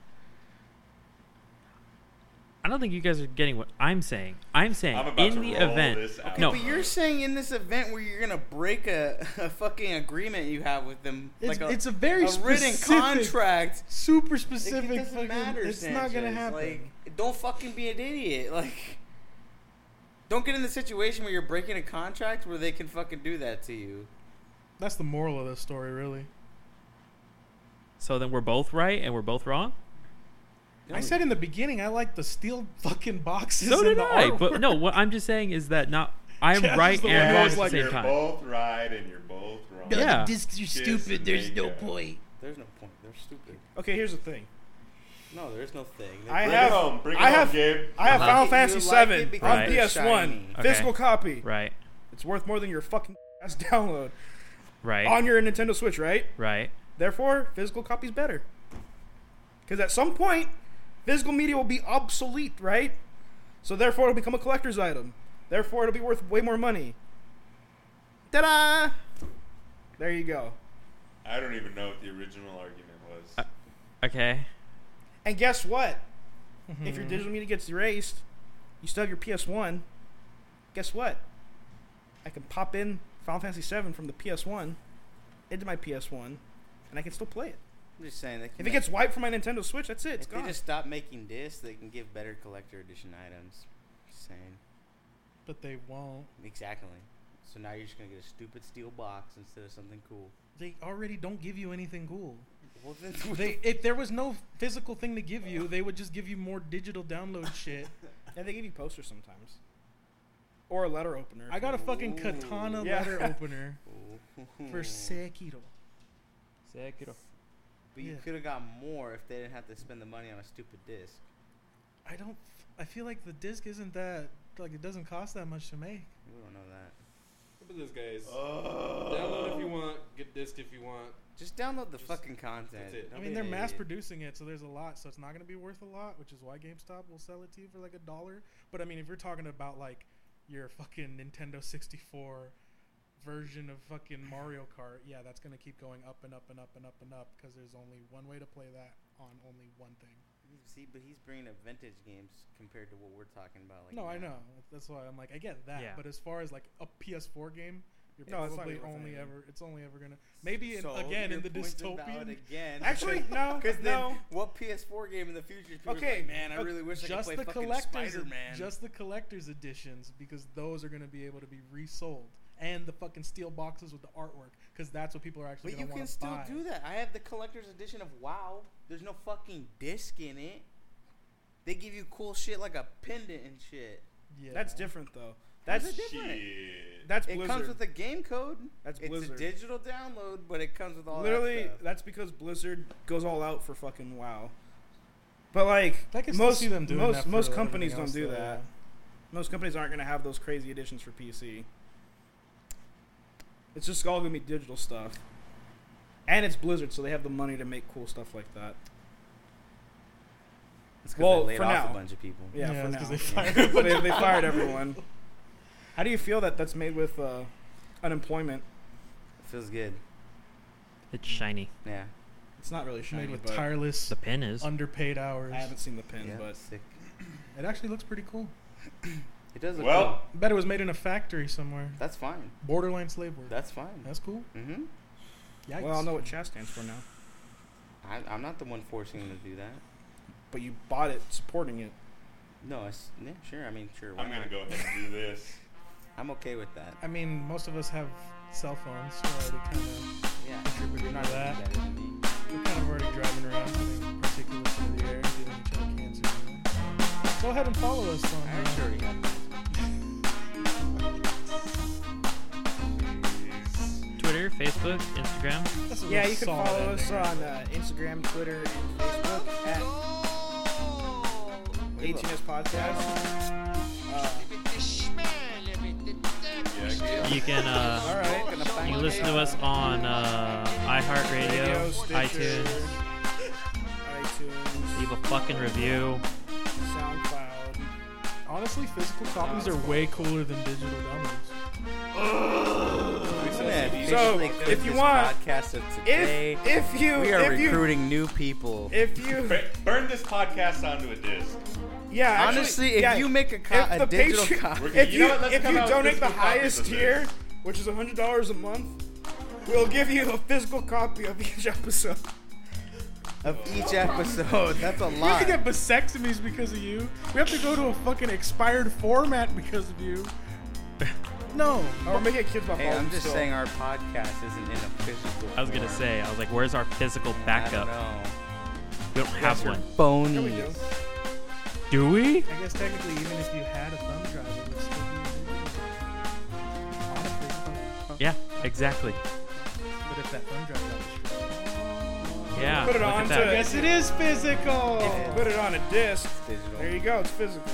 I don't think you guys are getting what I'm saying. I'm saying I'm about in to the roll event, this out. no, But you're saying in this event where you're gonna break a, a fucking agreement you have with them, It's, like a, it's a very a written specific, contract. super It, specific. doesn't fucking- matter. It's not gonna Sanchez. happen. Like, don't fucking be an idiot. Like, don't get in the situation where you're breaking a contract where they can fucking do that to you. That's the moral of the story, really. so then we're both right and we're both wrong. I said in the beginning, I like the steel fucking boxes. So and did the I. But artwork. no, what I'm just saying is that not I'm Chaz is right the and one wrong who's at the like, same you're time. both right and you're both wrong. Yeah. The discs are Kiss stupid. and There's make no out. point. There's no point. They're stupid. Okay, here's the thing. No, there's no thing. They I Bring have- it home. Bring it I home, have- Gabe. I have like Final it- you Fantasy like it VII on because they're PS1 shiny. Uh-huh. Okay. physical copy. Right, It's worth more than your fucking ass download right, on your Nintendo Switch, right? right. Therefore, physical copy's better. Because at some point, physical media will be obsolete, right? So therefore, it'll become a collector's item. Therefore, it'll be worth way more money. Ta-da! There you go. I don't even know what the original argument was. Uh, Okay. And guess what? If your digital media gets erased, you still have your PS1. Guess what? I can pop in Final Fantasy VII from the PS1 into my PS1, and I can still play it. I'm just saying. They can If it make- gets wiped from my Nintendo Switch, that's it. It's if they gone. just stop making discs, they can give better collector edition items. Just saying. But they won't. Exactly. So now you're just gonna get a stupid steel box instead of something cool. They already don't give you anything cool. Well, then They, if there was no physical thing to give you, they would just give you more digital download shit. And they give you posters sometimes, or a letter opener. I got a fucking Ooh. katana Yeah. letter opener for Sekiro. But you Yeah. could have got more if they didn't have to spend the money on a stupid disc. I don't. f- I feel like the disc isn't that like it doesn't cost that much to make. We don't know that. Look at this, guys. Oh. Download Uh. if you want. Get disc if you want. Just download the Just- fucking content. that's it. I Don't mean, be they're an mass idiot. producing it, so there's a lot. So it's not going to be worth a lot, which is why GameStop will sell it to you for like a dollar. But I mean, if you're talking about like your fucking Nintendo 64 version of fucking Mario Kart, yeah, that's going to keep going up and up and up and up and up because there's only one way to play that on only one thing. See, but he's bringing up vintage games compared to what we're talking about. Like No, I now. know. That's why I'm like, I get that. Yeah. But as far as like a PS4 game, you're No, it's not probably worth only anything. ever. It's only ever gonna maybe in, So, again in your the point's invalid dystopian. Again, Actually, no, Because no. then, what PS4 game in the future? is people Okay, like, man, I okay, really wish I could Just play the fucking collectors, e- Spider-Man. just the collectors editions, because those are gonna be able to be resold, and the fucking steel boxes with the artwork, because that's what people are actually. but you gonna can wanna still buy. do that. I have the collector's edition of WoW. There's no fucking disc in it. They give you cool shit like a pendant and shit. Yeah. That's different though. That's How's it different? Shit. that's It Blizzard. comes with a game code. That's it's Blizzard. a digital download, but it comes with all Literally, that stuff. that's because Blizzard goes all out for fucking WoW. But like I can still most see them doing most that for most everything companies don't else, do though, that. Most companies aren't going to have those crazy editions for PC. It's just all going to be digital stuff. And it's Blizzard, so they have the money to make cool stuff like that. It's 'cause Well, they laid for off now. a bunch of people. Yeah, Yeah, for it's now. 'cause they fired Yeah. they, they fired everyone. How do you feel that that's made with uh, unemployment? It feels good. It's shiny. Yeah. It's not really shiny, Made with but tireless, The pin is. underpaid hours. I haven't seen the pin. yeah. But sick. It actually looks pretty cool. It does look Well- well. I bet it was made in a factory somewhere. That's fine. Borderline slave work. That's fine. That's cool. Mm-hmm. Yikes. well, I know what Chas stands for now. I, I'm not the one forcing them to do that. But you bought it, supporting it. No, it's, yeah, sure. I mean, sure. why I'm gonna not? go ahead and do this. I'm okay with that. I mean, most of us have cell phones, so we're already kind of Yeah, We're you're doing not gonna do that. better than me. we're kind of already driving around putting particulates in the air, giving each other cancer. you know? Go ahead and follow us on. I uh, actually already got that. Twitter, Facebook, Instagram. that's a Yeah, real you can solid follow ending us right on uh, Instagram, Twitter, and Facebook at 18S Podcast. Uh, Yeah, I guess. You can all uh, right. you can listen to us on uh, Radio, iHeartRadio, Stitcher, iTunes. iTunes, Leave a fucking review. SoundCloud. there. uh, Honestly, physical copies are way cooler than digital downloads. So, if you want- podcast of today, If if you we are if you recruiting new people. if you Bur- Burn this podcast onto a disc. yeah actually, Honestly, if yeah, you make a, co- if a the digital Patreon- copy, We're- if You you know what, let's if come you out with donate the physical copies highest of this. tier, which is hundred dollars a month, we'll give you a physical copy of each episode. of each episode, that's a We have lot. to get vasectomies because of you. We have to go to a fucking expired format because of you. No. Or make it kids by Hey, I'm phone just still. saying our podcast isn't in a physical. I was gonna form. say, I was like, where's our physical I backup? don't know. We don't have one. There we go. Phonies. Do we? I guess technically, even if you had a thumb drive, it would still be Honestly, Yeah, exactly. but if that thumb drive got Yeah. Put it look at on that. to- Yes, it is physical. Put it on a disc. Digital. There you go. It's physical.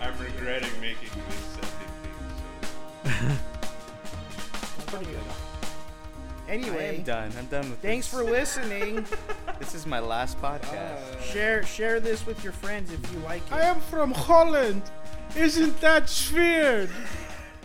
I'm regretting making this ending thing. I am Anyway, done. I'm done with thanks for this. listening. This is my last Uh, podcast. share share this with your friends if you like it. I am from Holland. Isn't that weird?